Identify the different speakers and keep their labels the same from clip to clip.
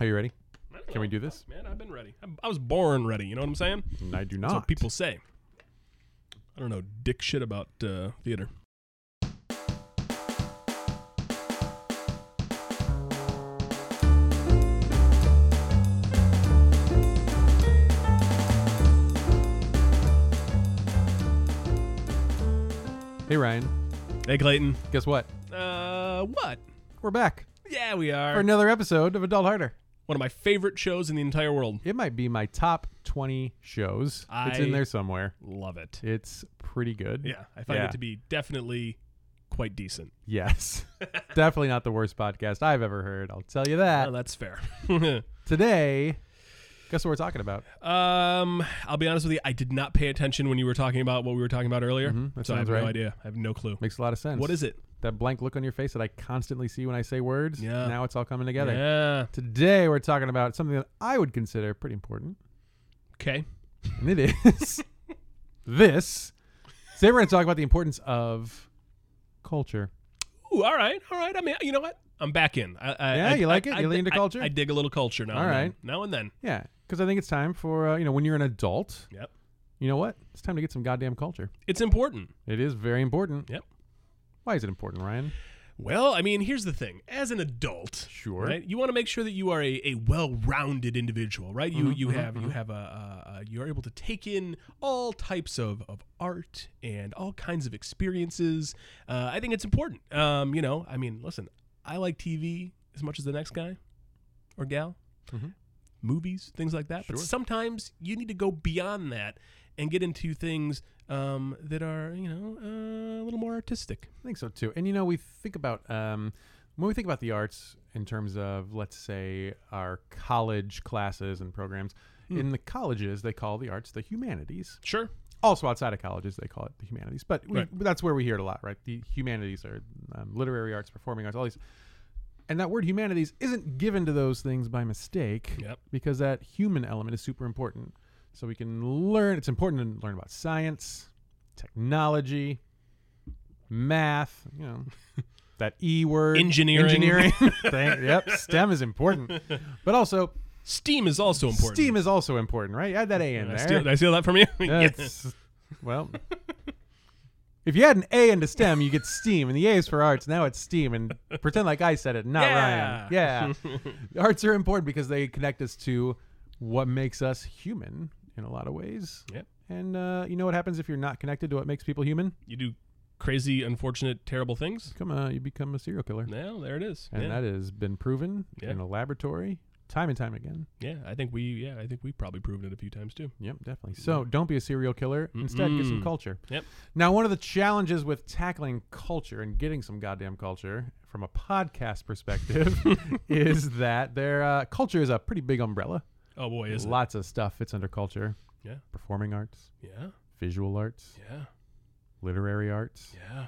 Speaker 1: Are you ready?
Speaker 2: I don't
Speaker 1: Can we
Speaker 2: know.
Speaker 1: do this?
Speaker 2: Man, I've been ready. I, I was born ready. You know what I'm saying?
Speaker 1: I do not.
Speaker 2: That's what people say. I don't know dick shit about uh, theater.
Speaker 1: Hey Ryan,
Speaker 2: Hey, Clayton.
Speaker 1: guess what?
Speaker 2: Uh, what?
Speaker 1: We're back
Speaker 2: Yeah, we are.
Speaker 1: for another episode of Adult Harder.
Speaker 2: One of my favorite shows in the entire world.
Speaker 1: It might be my top 20 shows. It's in
Speaker 2: I-
Speaker 1: there somewhere.
Speaker 2: Love it.
Speaker 1: It's pretty good.
Speaker 2: Yeah, I find
Speaker 1: Yeah.
Speaker 2: it to be definitely quite decent.
Speaker 1: Yes. Definitely not the worst podcast I've ever heard. I'll tell you
Speaker 2: Uh,
Speaker 1: that.
Speaker 2: that's fair.
Speaker 1: Today, guess what we're talking about?
Speaker 2: um, I'll be honest with you. I did not pay attention when you were talking about what we were talking about earlier,
Speaker 1: Mhm, that
Speaker 2: so I have
Speaker 1: sounds
Speaker 2: no
Speaker 1: right.
Speaker 2: idea. I have no clue.
Speaker 1: Makes a lot of sense.
Speaker 2: What is it?
Speaker 1: that blank look on your face that I constantly see when I say words?
Speaker 2: Yeah.
Speaker 1: Now it's all coming together.
Speaker 2: Yeah.
Speaker 1: Today, we're talking about something that I would consider pretty important.
Speaker 2: Okay.
Speaker 1: And it is this. Today we're going to talk about the importance of culture.
Speaker 2: Ooh, all right, all right. I mean, you know what? I'm back in. I, I,
Speaker 1: Yeah,
Speaker 2: I-
Speaker 1: you like
Speaker 2: I-
Speaker 1: it?
Speaker 2: I
Speaker 1: You
Speaker 2: di-
Speaker 1: into
Speaker 2: I-
Speaker 1: culture?
Speaker 2: I, dig a little culture now.
Speaker 1: All
Speaker 2: and then.
Speaker 1: right.
Speaker 2: now and then.
Speaker 1: Yeah, because I think it's time for uh, you know when you're an adult.
Speaker 2: Yep.
Speaker 1: You know what? It's time to get some goddamn culture.
Speaker 2: It's important.
Speaker 1: It is very important.
Speaker 2: Yep.
Speaker 1: Why is it important, Ryan?
Speaker 2: Well, I mean, here's the thing: as an adult,
Speaker 1: Sure.
Speaker 2: right, you want to make sure that you are a, a well-rounded individual, right? You
Speaker 1: Mhm,
Speaker 2: you
Speaker 1: mhm,
Speaker 2: have you
Speaker 1: mhm.
Speaker 2: have a, a, a you're able to take in all types of, of art and all kinds of experiences. Uh, I think it's important. Um, you know, I mean, listen, I like TV as much as the next guy or gal,
Speaker 1: Mhm.
Speaker 2: movies, things like that. But
Speaker 1: Sure.
Speaker 2: sometimes you need to go beyond that and get into things um, that are you know uh, a little more artistic.
Speaker 1: I think so too. And you know, we think about um, when we think about the arts in terms of, let's say, our college classes and programs.
Speaker 2: Hmm.
Speaker 1: In the colleges, they call the arts the humanities.
Speaker 2: Sure.
Speaker 1: Also, outside of colleges, they call it the humanities. But we,
Speaker 2: Right.
Speaker 1: but that's where we hear it a lot, right? The humanities are um, literary arts, performing arts, all these. And that word humanities isn't given to those things by mistake
Speaker 2: Yep.
Speaker 1: because that human element is super important. So we can learn, it's important to learn about science, technology, math, you know, that E word,
Speaker 2: Engineering.
Speaker 1: engineering. Thank- yep, STEM is important. But also,
Speaker 2: Steam is also important.
Speaker 1: STEAM is also important, right? Add that A in
Speaker 2: Did I
Speaker 1: there.
Speaker 2: steal, did I steal that from you? yes.
Speaker 1: That's- Well, if you had an A into STEM, you get STEAM, and the A is for arts. Now it's STEAM, and pretend like I said it, not Ryan. Yeah, arts are important because they connect us to what makes us human in a lot of ways.
Speaker 2: Yep.
Speaker 1: And uh, you know what happens if you're not connected to what makes people human?
Speaker 2: You do crazy, unfortunate, terrible things.
Speaker 1: Come on, you become a serial killer,
Speaker 2: Now there it is.
Speaker 1: and
Speaker 2: yeah.
Speaker 1: that has been proven
Speaker 2: Yeah.
Speaker 1: in a laboratory time and time again.
Speaker 2: yeah, I think we yeah, I think we've probably proven it a few times too.
Speaker 1: Yep, definitely. So don't be a serial killer. Instead, get some
Speaker 2: Mm-mm.
Speaker 1: culture.
Speaker 2: Yep.
Speaker 1: Now, one of the challenges with tackling culture and getting some goddamn culture from a podcast perspective is that their uh, culture is a pretty big umbrella.
Speaker 2: Oh boy, is it?
Speaker 1: Lots of stuff fits under culture.
Speaker 2: Yeah.
Speaker 1: Performing arts,
Speaker 2: Yeah,
Speaker 1: visual arts,
Speaker 2: yeah,
Speaker 1: literary arts,
Speaker 2: yeah,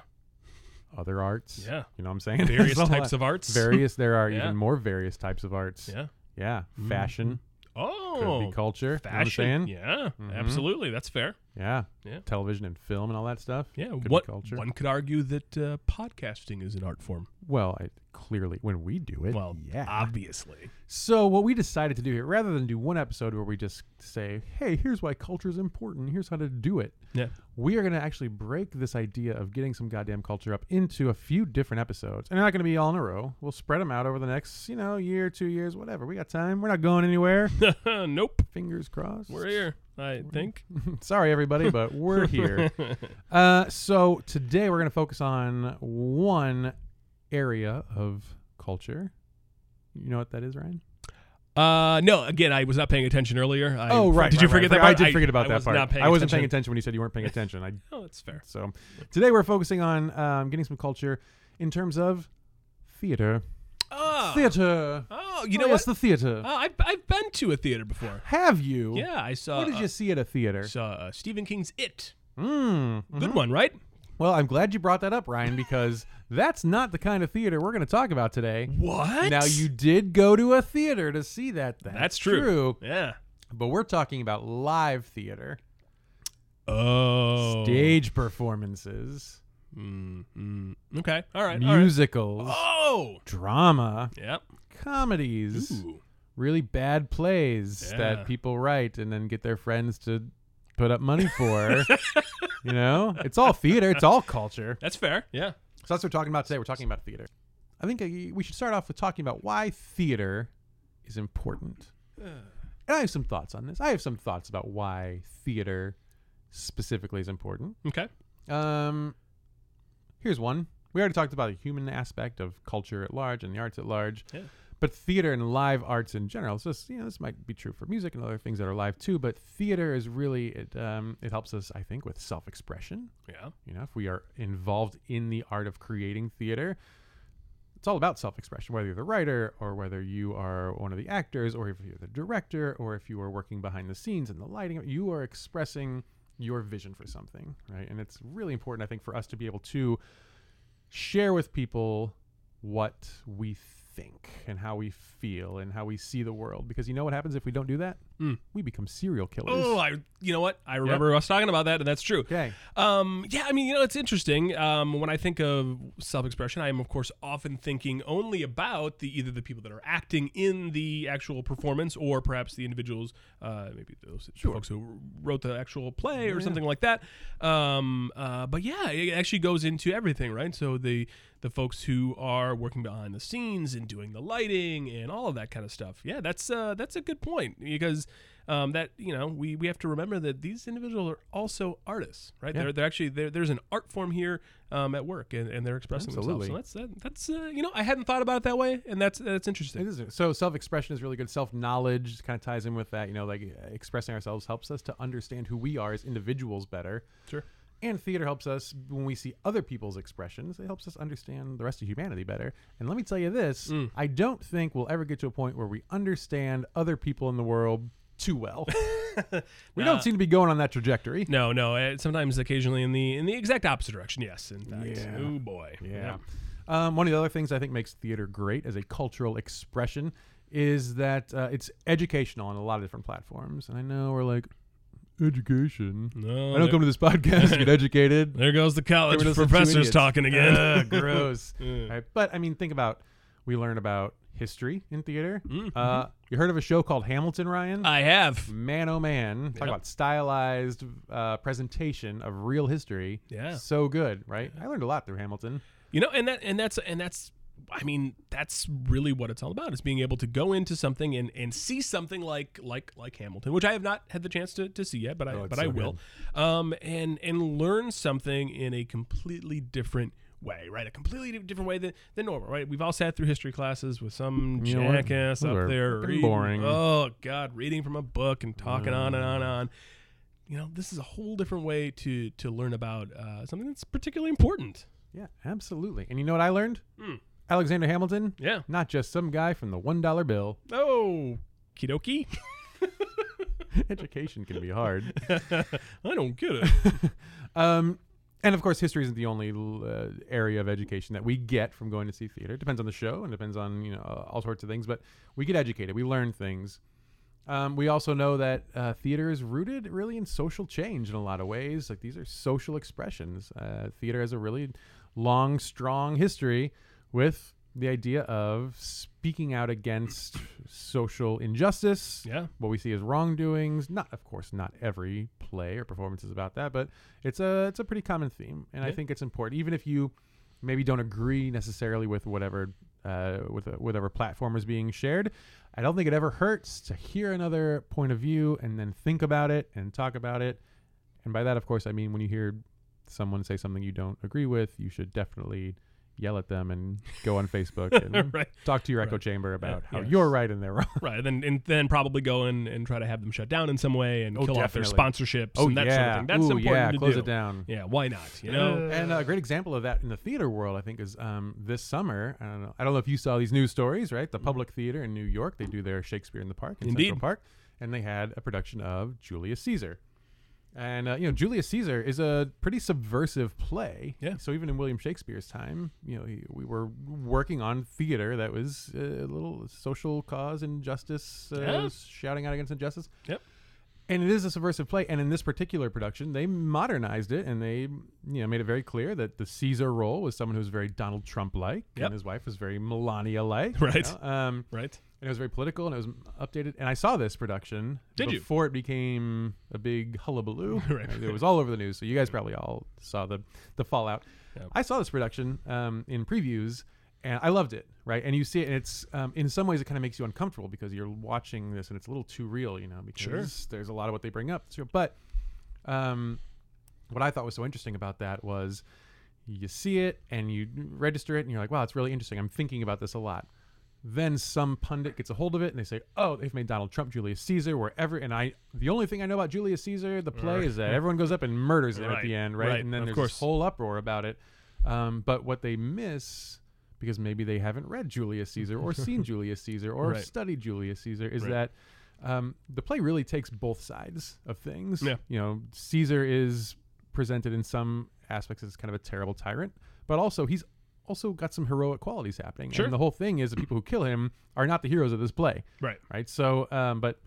Speaker 1: other arts.
Speaker 2: yeah.
Speaker 1: You know what I'm saying?
Speaker 2: Various types of arts.
Speaker 1: Various. There are
Speaker 2: Yeah.
Speaker 1: even more various types of arts.
Speaker 2: yeah. Mm-hmm.
Speaker 1: Yeah. Fashion could
Speaker 2: Oh,
Speaker 1: be culture. You know what I'm
Speaker 2: fashion.
Speaker 1: saying?
Speaker 2: yeah,
Speaker 1: Mhm.
Speaker 2: absolutely. That's fair.
Speaker 1: Yeah.
Speaker 2: Yeah.
Speaker 1: Television and film and all that stuff.
Speaker 2: Yeah,
Speaker 1: be
Speaker 2: what
Speaker 1: culture.
Speaker 2: one could argue that uh, podcasting is an art form.
Speaker 1: Well, I, clearly, when we do it,
Speaker 2: well,
Speaker 1: yeah.
Speaker 2: obviously.
Speaker 1: so what we decided to do here, rather than do one episode where we just say, "Hey, here's why culture is important. Here's how to do it,"
Speaker 2: Yeah.
Speaker 1: we are going to actually break this idea of getting some goddamn culture up into a few different episodes, and they're not going to be all in a row. We'll spread them out over the next, you know, year, two years, whatever. We got time. We're not going anywhere.
Speaker 2: nope,
Speaker 1: Fingers crossed.
Speaker 2: we're here. I think.
Speaker 1: Sorry, everybody, but we're here. Uh, so today we're going to focus on one area of culture. You know what that is, Ryan?
Speaker 2: Uh, no. Again, I was not paying attention earlier. I,
Speaker 1: oh, right. right,
Speaker 2: Did you
Speaker 1: right.
Speaker 2: forget
Speaker 1: I
Speaker 2: that part?
Speaker 1: I did forget about
Speaker 2: I
Speaker 1: that
Speaker 2: was
Speaker 1: part.
Speaker 2: Not paying
Speaker 1: I wasn't
Speaker 2: attention.
Speaker 1: paying attention when you said you weren't paying attention. I
Speaker 2: Oh, that's fair.
Speaker 1: so today we're focusing on um, getting some culture in terms of theater.
Speaker 2: Oh,
Speaker 1: Theater.
Speaker 2: oh you
Speaker 1: Oh,
Speaker 2: know
Speaker 1: yes,
Speaker 2: what?
Speaker 1: the theater.
Speaker 2: Uh, I've I've been to a theater before.
Speaker 1: Have you?
Speaker 2: Yeah, I saw.
Speaker 1: What did you see at a
Speaker 2: uh,
Speaker 1: theater?
Speaker 2: saw uh, Stephen King's It.
Speaker 1: Mm.
Speaker 2: Good one, right?
Speaker 1: Well, I'm glad you brought that up, Ryan, because that's not the kind of theater we're going to talk about today.
Speaker 2: What?
Speaker 1: Now you did go to a theater to see that. That's,
Speaker 2: That's true. Yeah.
Speaker 1: But we're talking about live theater,
Speaker 2: Oh.
Speaker 1: stage performances,
Speaker 2: Mm, mm. Okay. All right. All right.
Speaker 1: musicals,
Speaker 2: Oh.
Speaker 1: drama,
Speaker 2: Yep.
Speaker 1: comedies,
Speaker 2: Ooh.
Speaker 1: really bad plays
Speaker 2: Yeah.
Speaker 1: that people write and then get their friends to put up money for. you know, it's all theater, it's all culture.
Speaker 2: That's fair. Yeah.
Speaker 1: So that's what we're talking about today. We're talking about theater. I think uh, we should start off with talking about why theater is important. And I have some thoughts on this. I have some thoughts about why theater specifically is important.
Speaker 2: Okay.
Speaker 1: Um, here's one. We already talked about the human aspect of culture at large and the arts at large.
Speaker 2: Yeah.
Speaker 1: But theater and live arts in general. So this, you know, this might be true for music and other things that are live too. But theater is really it. Um, it helps us, I think, with self-expression.
Speaker 2: Yeah.
Speaker 1: You know, if we are involved in the art of creating theater, it's all about self expression, whether you're the writer or whether you are one of the actors or if you're the director or if you are working behind the scenes and the lighting, you are expressing your vision for something, right? And it's really important, I think, for us to be able to share with people what we think and how we feel and how we see the world. Because you know what happens if we don't do that?
Speaker 2: Mm.
Speaker 1: We become serial killers.
Speaker 2: Oh, I. You know what? I remember us talking about that, and that's true.
Speaker 1: okay.
Speaker 2: Um, yeah, I mean, you know, it's interesting. Um, when I think of self-expression, I am, of course, often thinking only about the either the people that are acting in the actual performance, or perhaps the individuals, uh, maybe those folks who wrote the actual play or
Speaker 1: Yeah.
Speaker 2: something like that. Um, uh, but yeah, it actually goes into everything, right? So the the folks who are working behind the scenes and doing the lighting and all of that kind of stuff. Yeah, that's uh, that's a good point because um, that you know we, we have to remember that these individuals are also artists, right?
Speaker 1: Yeah.
Speaker 2: They're, they're actually they're, there's an art form here um, at work, and, and they're expressing
Speaker 1: Absolutely.
Speaker 2: themselves. So that's that, that's uh, you know I hadn't thought about it that way, and that's that's
Speaker 1: It
Speaker 2: interesting.
Speaker 1: is. So self-expression is really good. Self-knowledge kind of ties in with that. You know, like uh, expressing ourselves helps us to understand who we are as individuals better.
Speaker 2: Sure.
Speaker 1: And theater helps us when we see other people's expressions. It helps us understand the rest of humanity better. And let me tell you this: I don't think we'll ever get to a point where we understand other people in the world too well. we don't seem to be going on that trajectory.
Speaker 2: No, no. Uh, sometimes, occasionally, in the in the exact opposite direction. Yes, in fact.
Speaker 1: Yeah.
Speaker 2: Oh boy.
Speaker 1: Yeah. Um, one of the other things I think makes theater great as a cultural expression is that uh, it's educational on a lot of different platforms. And I know we're like, education.
Speaker 2: No,
Speaker 1: I don't
Speaker 2: there-
Speaker 1: come to this podcast to get educated.
Speaker 2: Oh, There goes the college
Speaker 1: Everyone else are two
Speaker 2: professors
Speaker 1: idiots. Ah,
Speaker 2: talking again.
Speaker 1: Ugh, gross.
Speaker 2: Yeah.
Speaker 1: Right, But I mean, think about we learn about history in theater.
Speaker 2: Mm-hmm.
Speaker 1: Uh, you heard of a show called Hamilton, Ryan?
Speaker 2: I have.
Speaker 1: man, oh man! Talk
Speaker 2: Yeah.
Speaker 1: about stylized uh, presentation of real history.
Speaker 2: Yeah.
Speaker 1: so good, right? I learned a lot through Hamilton.
Speaker 2: You know, and that and that's and that's I mean, that's really what it's all about is being able to go into something and, and see something like like like Hamilton, which I have not had the chance to, to see yet, but I
Speaker 1: Oh, it's
Speaker 2: but
Speaker 1: so
Speaker 2: I will. Um and and learn something in a completely different way, right? A completely different way than, than normal, right? We've all sat through history classes with some
Speaker 1: You know what?
Speaker 2: jackass
Speaker 1: Those
Speaker 2: up
Speaker 1: are
Speaker 2: there
Speaker 1: fucking
Speaker 2: reading,
Speaker 1: boring. Uh.
Speaker 2: Oh God, reading from a book and talking on and on and on. You know, this is a whole different way to to learn about uh, something that's particularly important.
Speaker 1: Yeah, absolutely. And you know what I learned?
Speaker 2: Mm.
Speaker 1: Alexander Hamilton,
Speaker 2: Yeah.
Speaker 1: not just some guy from the one dollar bill.
Speaker 2: Oh, kidoki.
Speaker 1: Education can be hard.
Speaker 2: I don't get it.
Speaker 1: Um, and of course, history isn't the only uh, area of education that we get from going to see theater. It depends on the show and depends on you know uh, all sorts of things. But we get educated. We learn things. Um, we also know that uh, theater is rooted really in social change in a lot of ways. Like these are social expressions. Uh, theater has a really long, strong history with the idea of speaking out against social injustice
Speaker 2: yeah.
Speaker 1: what we see as wrongdoings. Not, of course, not every play or performance is about that, but it's a it's a pretty common theme, and I
Speaker 2: Yeah.
Speaker 1: think it's important, even if you maybe don't agree necessarily with whatever uh, with whatever platform is being shared. I don't think it ever hurts to hear another point of view and then think about it and talk about it. And by that, of course, I mean when you hear someone say something you don't agree with, you should definitely yell at them and go on Facebook and
Speaker 2: Right.
Speaker 1: talk to your echo
Speaker 2: Right. Uh,
Speaker 1: chamber about how
Speaker 2: yes.
Speaker 1: you're right and they're wrong.
Speaker 2: Right. Then and then probably go in and try to have them shut down in some way and
Speaker 1: Oh,
Speaker 2: kill off their
Speaker 1: definitely.
Speaker 2: sponsorships and that sort of thing. That's
Speaker 1: Ooh,
Speaker 2: important
Speaker 1: Oh, yeah,
Speaker 2: to
Speaker 1: close
Speaker 2: do.
Speaker 1: it down.
Speaker 2: Yeah. Why not? You know.
Speaker 1: And a great example of that in the theater world, I think, is um, this summer. I don't know. I don't know if you saw these news stories, right? The Public Theater in New York, they do their Shakespeare in the Park in Central
Speaker 2: Mm. Indeed.
Speaker 1: Park, and they had a production of Julius Caesar. And uh, you know, Julius Caesar is a pretty subversive play.
Speaker 2: Yeah.
Speaker 1: So even in William Shakespeare's time, you know, he, we were working on theater that was uh, a little social cause injustice, uh,
Speaker 2: Yeah.
Speaker 1: shouting out against injustice.
Speaker 2: Yep.
Speaker 1: And it is a subversive play. And in this particular production, they modernized it and they, you know, made it very clear that the Caesar role was someone who was very Donald Trump like,
Speaker 2: Yep.
Speaker 1: and his wife was very Melania like,
Speaker 2: Right.
Speaker 1: Um,
Speaker 2: Right.
Speaker 1: and it was very political, and it was updated. And I saw this production
Speaker 2: Did you?
Speaker 1: before it became a big hullabaloo.
Speaker 2: Right.
Speaker 1: It was all over the news, so you guys probably all saw the the fallout.
Speaker 2: Yep.
Speaker 1: I saw this production um, in previews, and I loved it. Right, and you see it, and it's um, in some ways it kind of makes you uncomfortable because you're watching this, and it's a little too real, you know, because there's a lot of what they bring up. So, but um, what I thought was so interesting about that was you see it and you register it and you're like, wow, it's really interesting. I'm thinking about this a lot. Then some pundit gets a hold of it and they say, oh, they've made Donald Trump Julius Caesar wherever. And I, the only thing I know about Julius Caesar, the play, is that everyone goes up and murders him at
Speaker 2: Right,
Speaker 1: the end, right?
Speaker 2: right,
Speaker 1: And then
Speaker 2: of
Speaker 1: there's
Speaker 2: course.
Speaker 1: this whole uproar about it. Um, but what they miss, because maybe they haven't read Julius Caesar or seen Julius Caesar or
Speaker 2: Right.
Speaker 1: studied Julius Caesar, is
Speaker 2: Right.
Speaker 1: that um, the play really takes both sides of things.
Speaker 2: Yeah.
Speaker 1: You know, Caesar is presented in some aspects as kind of a terrible tyrant, but also he's also got some heroic qualities happening.
Speaker 2: Sure.
Speaker 1: And the whole thing is the people who kill him are not the heroes of this play,
Speaker 2: Right.
Speaker 1: right? So, um, but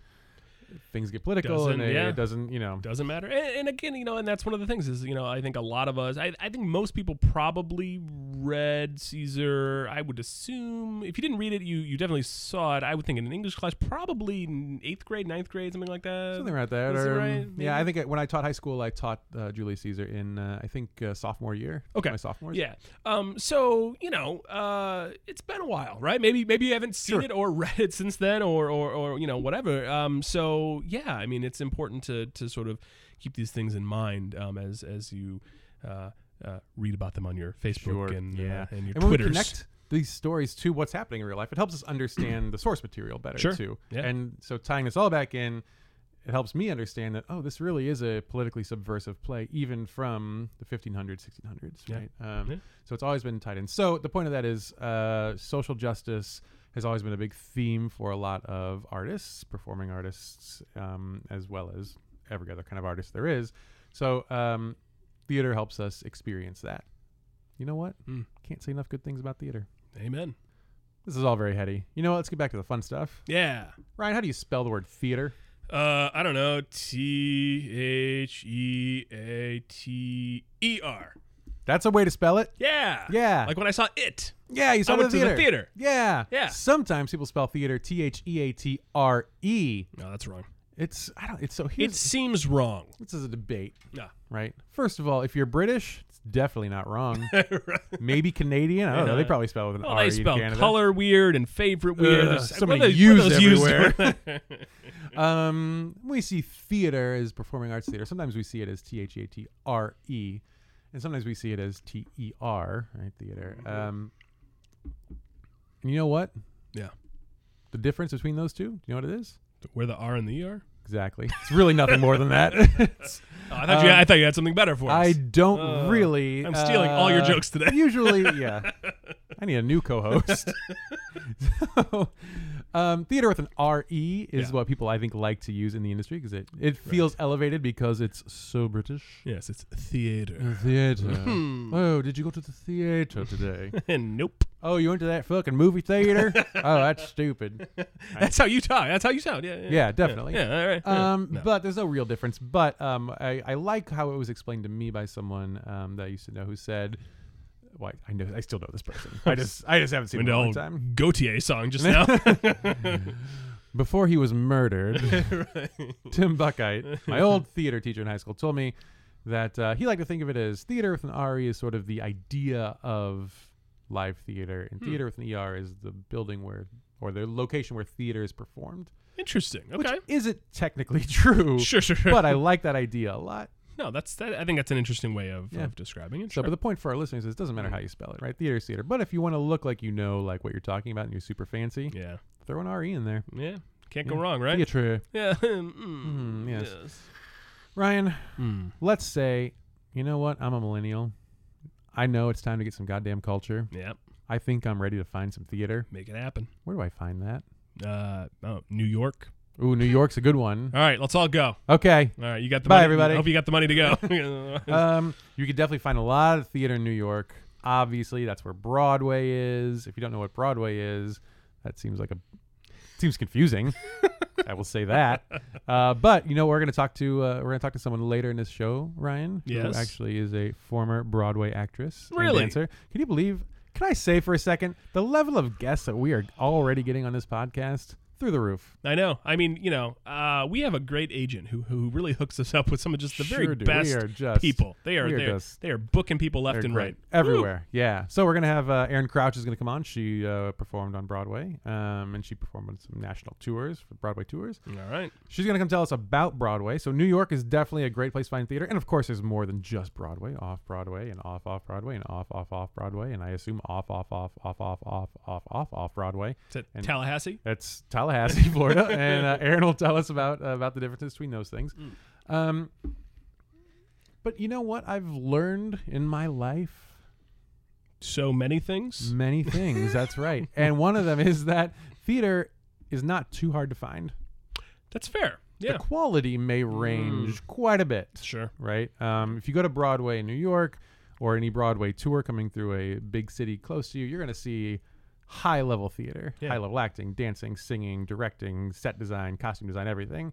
Speaker 1: things get political
Speaker 2: Doesn't-
Speaker 1: and it,
Speaker 2: yeah.
Speaker 1: it doesn't, you know.
Speaker 2: doesn't matter and, and again you know and that's one of the things is you know i think a lot of us I, I think most people probably read caesar i would assume if you didn't read it you you definitely saw it i would think in an english class probably in eighth grade ninth grade something like that
Speaker 1: Something Um, like that.
Speaker 2: is it
Speaker 1: Or,
Speaker 2: right?
Speaker 1: Yeah, I
Speaker 2: Maybe?
Speaker 1: think I, when I taught high school, I taught uh, Julius Caesar in, uh, I think, uh, sophomore year.
Speaker 2: Okay.
Speaker 1: My sophomores.
Speaker 2: yeah um so you know uh it's been a while right maybe maybe you haven't seen
Speaker 1: Sure.
Speaker 2: it or read it since then or, or or you know whatever um so yeah i mean it's important to to sort of keep these things in mind um as as you uh uh, read about them on your Facebook
Speaker 1: Sure.
Speaker 2: and
Speaker 1: yeah.
Speaker 2: uh, and your
Speaker 1: and when we
Speaker 2: Twitters.
Speaker 1: connect these stories to what's happening in real life, it helps us understand the source material better
Speaker 2: Sure.
Speaker 1: too.
Speaker 2: Yeah.
Speaker 1: And so tying this all back in, it helps me understand that oh, this really is a politically subversive play, even from the 1500s, 1600s,
Speaker 2: Yeah.
Speaker 1: right? Um,
Speaker 2: Yeah.
Speaker 1: So it's always been tied in. So the point of that is uh, social justice has always been a big theme for a lot of artists, performing artists, um, as well as every other kind of artist there is. So um, theater helps us experience that. You know what?
Speaker 2: Mm.
Speaker 1: Can't say enough good things about theater.
Speaker 2: Amen.
Speaker 1: This is all very heady. You know what? Let's get back to the fun stuff.
Speaker 2: Yeah.
Speaker 1: Ryan, how do you spell the word theater?
Speaker 2: Uh, I don't know. T H E A T E R.
Speaker 1: That's a way to spell it.
Speaker 2: Yeah.
Speaker 1: Yeah.
Speaker 2: Like when I saw it.
Speaker 1: yeah, you
Speaker 2: I
Speaker 1: saw
Speaker 2: went
Speaker 1: the
Speaker 2: to
Speaker 1: theater.
Speaker 2: the theater.
Speaker 1: Yeah.
Speaker 2: Yeah.
Speaker 1: Sometimes people spell theater T H E A T R E.
Speaker 2: No, that's wrong.
Speaker 1: It's I don't it's so
Speaker 2: It
Speaker 1: here's
Speaker 2: seems wrong.
Speaker 1: this is a debate,
Speaker 2: Yeah.
Speaker 1: right? First of all, if you're British, it's definitely not wrong. Maybe Canadian. I don't know. They
Speaker 2: Yeah.
Speaker 1: probably spell it with an
Speaker 2: Well,
Speaker 1: R E
Speaker 2: they
Speaker 1: in
Speaker 2: spell
Speaker 1: Canada.
Speaker 2: color weird and favorite weird.
Speaker 1: Ugh,
Speaker 2: There's-
Speaker 1: so
Speaker 2: what
Speaker 1: many
Speaker 2: are those-
Speaker 1: U's
Speaker 2: what are those used
Speaker 1: everywhere.
Speaker 2: for?
Speaker 1: Um, we see theater as performing arts theater. Sometimes we see it as T H E A T R E, and sometimes we see it as T E R, right? Theater. Um, and you know what?
Speaker 2: yeah.
Speaker 1: The difference between those two? Do you know what it is?
Speaker 2: Where the R and the E are?
Speaker 1: Exactly. It's really nothing more than that. It's-
Speaker 2: Oh, I, thought you,
Speaker 1: Um,
Speaker 2: I thought you had something better for us.
Speaker 1: I don't
Speaker 2: Uh,
Speaker 1: really.
Speaker 2: I'm stealing all your
Speaker 1: uh,
Speaker 2: jokes today.
Speaker 1: usually, yeah. I need a new co-host. so, um, theater with an R E is
Speaker 2: Yeah.
Speaker 1: what people I think like to use in the industry because it it feels elevated because it's so British.
Speaker 2: yes, it's theater.
Speaker 1: Theater.
Speaker 2: Hmm.
Speaker 1: oh, did you go to the theater today?
Speaker 2: nope.
Speaker 1: oh, you went to that fucking movie theater? oh, that's stupid.
Speaker 2: That's how you talk. That's how you sound. Yeah. Yeah.
Speaker 1: Yeah, definitely.
Speaker 2: Yeah, all right. Yeah.
Speaker 1: Um,
Speaker 2: No.
Speaker 1: But there's no real difference. But um, I, I like how it was explained to me by someone um, that I used to know who said, "Why I know I still know this person. I just I just haven't seen him
Speaker 2: Went
Speaker 1: in
Speaker 2: to
Speaker 1: a long
Speaker 2: old
Speaker 1: time."
Speaker 2: Gautier song just now.
Speaker 1: Before he was murdered,
Speaker 2: Right.
Speaker 1: Tim Buckite, my old theater teacher in high school, told me that uh, he liked to think of it as theater with an re is sort of the idea of live theater,
Speaker 2: Hmm.
Speaker 1: and theater with an er is the building where or the location where theater is performed,
Speaker 2: Interesting. Okay.
Speaker 1: which isn't technically true.
Speaker 2: sure, sure, sure.
Speaker 1: But I like that idea a lot.
Speaker 2: no, that's that, I think that's an interesting way of,
Speaker 1: Yeah.
Speaker 2: of describing it.
Speaker 1: So,
Speaker 2: Sure. Mm-hmm.
Speaker 1: but the point for our listeners is it doesn't matter how you spell it, right? Theater, is theater. But if you want to look like you know, like what you're talking about, and you're super fancy,
Speaker 2: yeah.
Speaker 1: throw an re in there.
Speaker 2: Yeah. Can't go
Speaker 1: Yeah.
Speaker 2: wrong, right?
Speaker 1: Theater.
Speaker 2: Yeah. mm,
Speaker 1: Mm, yes. Ryan,
Speaker 2: Mm.
Speaker 1: let's say, you know what? I'm a millennial. I know it's time to get some goddamn culture.
Speaker 2: Yeah.
Speaker 1: I think I'm ready to find some theater.
Speaker 2: Make it happen.
Speaker 1: Where do I find that?
Speaker 2: Uh, oh, New York.
Speaker 1: Ooh, New York's a good one.
Speaker 2: All right, let's all go.
Speaker 1: Okay.
Speaker 2: All right, you got the
Speaker 1: Bye,
Speaker 2: money.
Speaker 1: everybody.
Speaker 2: Hope you got the money to go.
Speaker 1: Um, you could definitely find a lot of theater in New York. Obviously, that's where Broadway is. If you don't know what Broadway is, that seems like a seems confusing. I will say that. Uh, but you know, we're gonna talk to uh, we're gonna talk to someone later in this show, Ryan, who
Speaker 2: Yes.
Speaker 1: actually is a former Broadway actress, and
Speaker 2: Really?
Speaker 1: dancer. Can you believe? Can I say for a second the level of guests that we are already getting on this podcast through the roof?
Speaker 2: I know. I mean, you know, uh, we have a great agent who who really hooks us up with some of just the
Speaker 1: Sure
Speaker 2: very
Speaker 1: do. We
Speaker 2: best
Speaker 1: are just-
Speaker 2: people. They are,
Speaker 1: we are
Speaker 2: they are
Speaker 1: just-
Speaker 2: they are booking people left
Speaker 1: They're
Speaker 2: and
Speaker 1: great.
Speaker 2: right
Speaker 1: everywhere. Yeah. So we're gonna have uh, Erin Crouch is gonna come on. She uh, performed on Broadway, um, and she performed on some national tours, Broadway tours.
Speaker 2: Woo! All right.
Speaker 1: She's going to come tell us about Broadway. So New York is definitely a great place to find theater. And of course, there's more than just Broadway, off Broadway and off off Broadway and off off off Broadway. And I assume off off off off off off off off off Broadway.
Speaker 2: It's at
Speaker 1: And-
Speaker 2: Tallahassee.
Speaker 1: That's Tallahassee, Florida. and uh, Aaron will tell us about uh, about the differences between those things.
Speaker 2: Mm.
Speaker 1: Um, but you know what I've learned in my life?
Speaker 2: So many things.
Speaker 1: Many things. That's right. And one of them is that theater is not too hard to find.
Speaker 2: That's fair. Yeah.
Speaker 1: The quality may range quite a bit.
Speaker 2: Sure.
Speaker 1: right? Um, if you go to Broadway in New York or any Broadway tour coming through a big city close to you, you're going to see high level theater,
Speaker 2: Yeah.
Speaker 1: high level acting, dancing, singing, directing, set design, costume design, everything.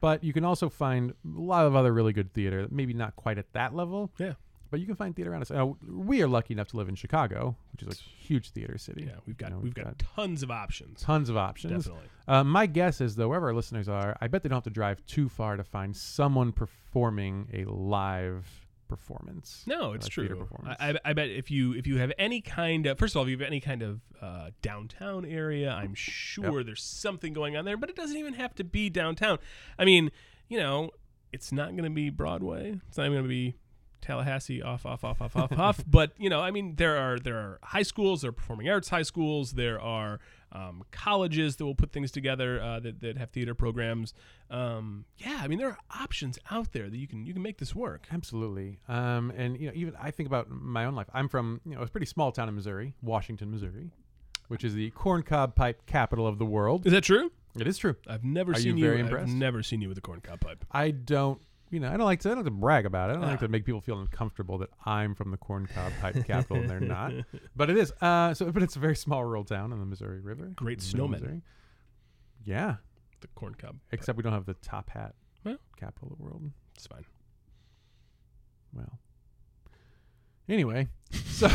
Speaker 1: But you can also find a lot of other really good theater, maybe not quite at that level,
Speaker 2: Yeah.
Speaker 1: but you can find theater around us. Uh, we are lucky enough to live in Chicago, which is a huge theater city.
Speaker 2: Yeah. We've got
Speaker 1: You know,
Speaker 2: we've, got, tons of options.
Speaker 1: tons of options.
Speaker 2: Definitely.
Speaker 1: Uh, my guess is, though, wherever our listeners are, I bet they don't have to drive too far to find someone performing a live performance.
Speaker 2: No, it's
Speaker 1: like theater
Speaker 2: true.
Speaker 1: performance.
Speaker 2: I, I, I bet if you if you have any kind of first of all, if you have any kind of uh, downtown area, I'm sure there's something going on there. But it doesn't even have to be downtown. I mean, you know, it's not going to be Broadway. It's not even going to be Tallahassee. Off, off, off, off, off, off. But you know, I mean, there are there are high schools, there are performing arts high schools, there are um, colleges that will put things together uh, that that have theater programs. Um, yeah, I mean, there are options out there that you can you can make this work.
Speaker 1: Absolutely. Um, and you know, even I think about my own life. I'm from you know a pretty small town in Missouri, Washington, Missouri, which is the corncob pipe capital of the world.
Speaker 2: Is that true?
Speaker 1: It is true.
Speaker 2: I've never
Speaker 1: Are you
Speaker 2: seen you.
Speaker 1: very
Speaker 2: I've
Speaker 1: impressed?
Speaker 2: never seen you with a corn cob pipe.
Speaker 1: I don't. You know, I don't like to. I don't like to brag about it. I don't like
Speaker 2: Ah.
Speaker 1: to make people feel uncomfortable that I'm from the corncob pipe capital and they're not. But it is. Uh, so, but it's a very small rural town on the Missouri River.
Speaker 2: Great
Speaker 1: in the middle of
Speaker 2: snowmen.
Speaker 1: Missouri. Yeah,
Speaker 2: The corn cob. pipe.
Speaker 1: Except we don't have the top hat
Speaker 2: Well.
Speaker 1: capital of the world.
Speaker 2: It's fine.
Speaker 1: Well, anyway, so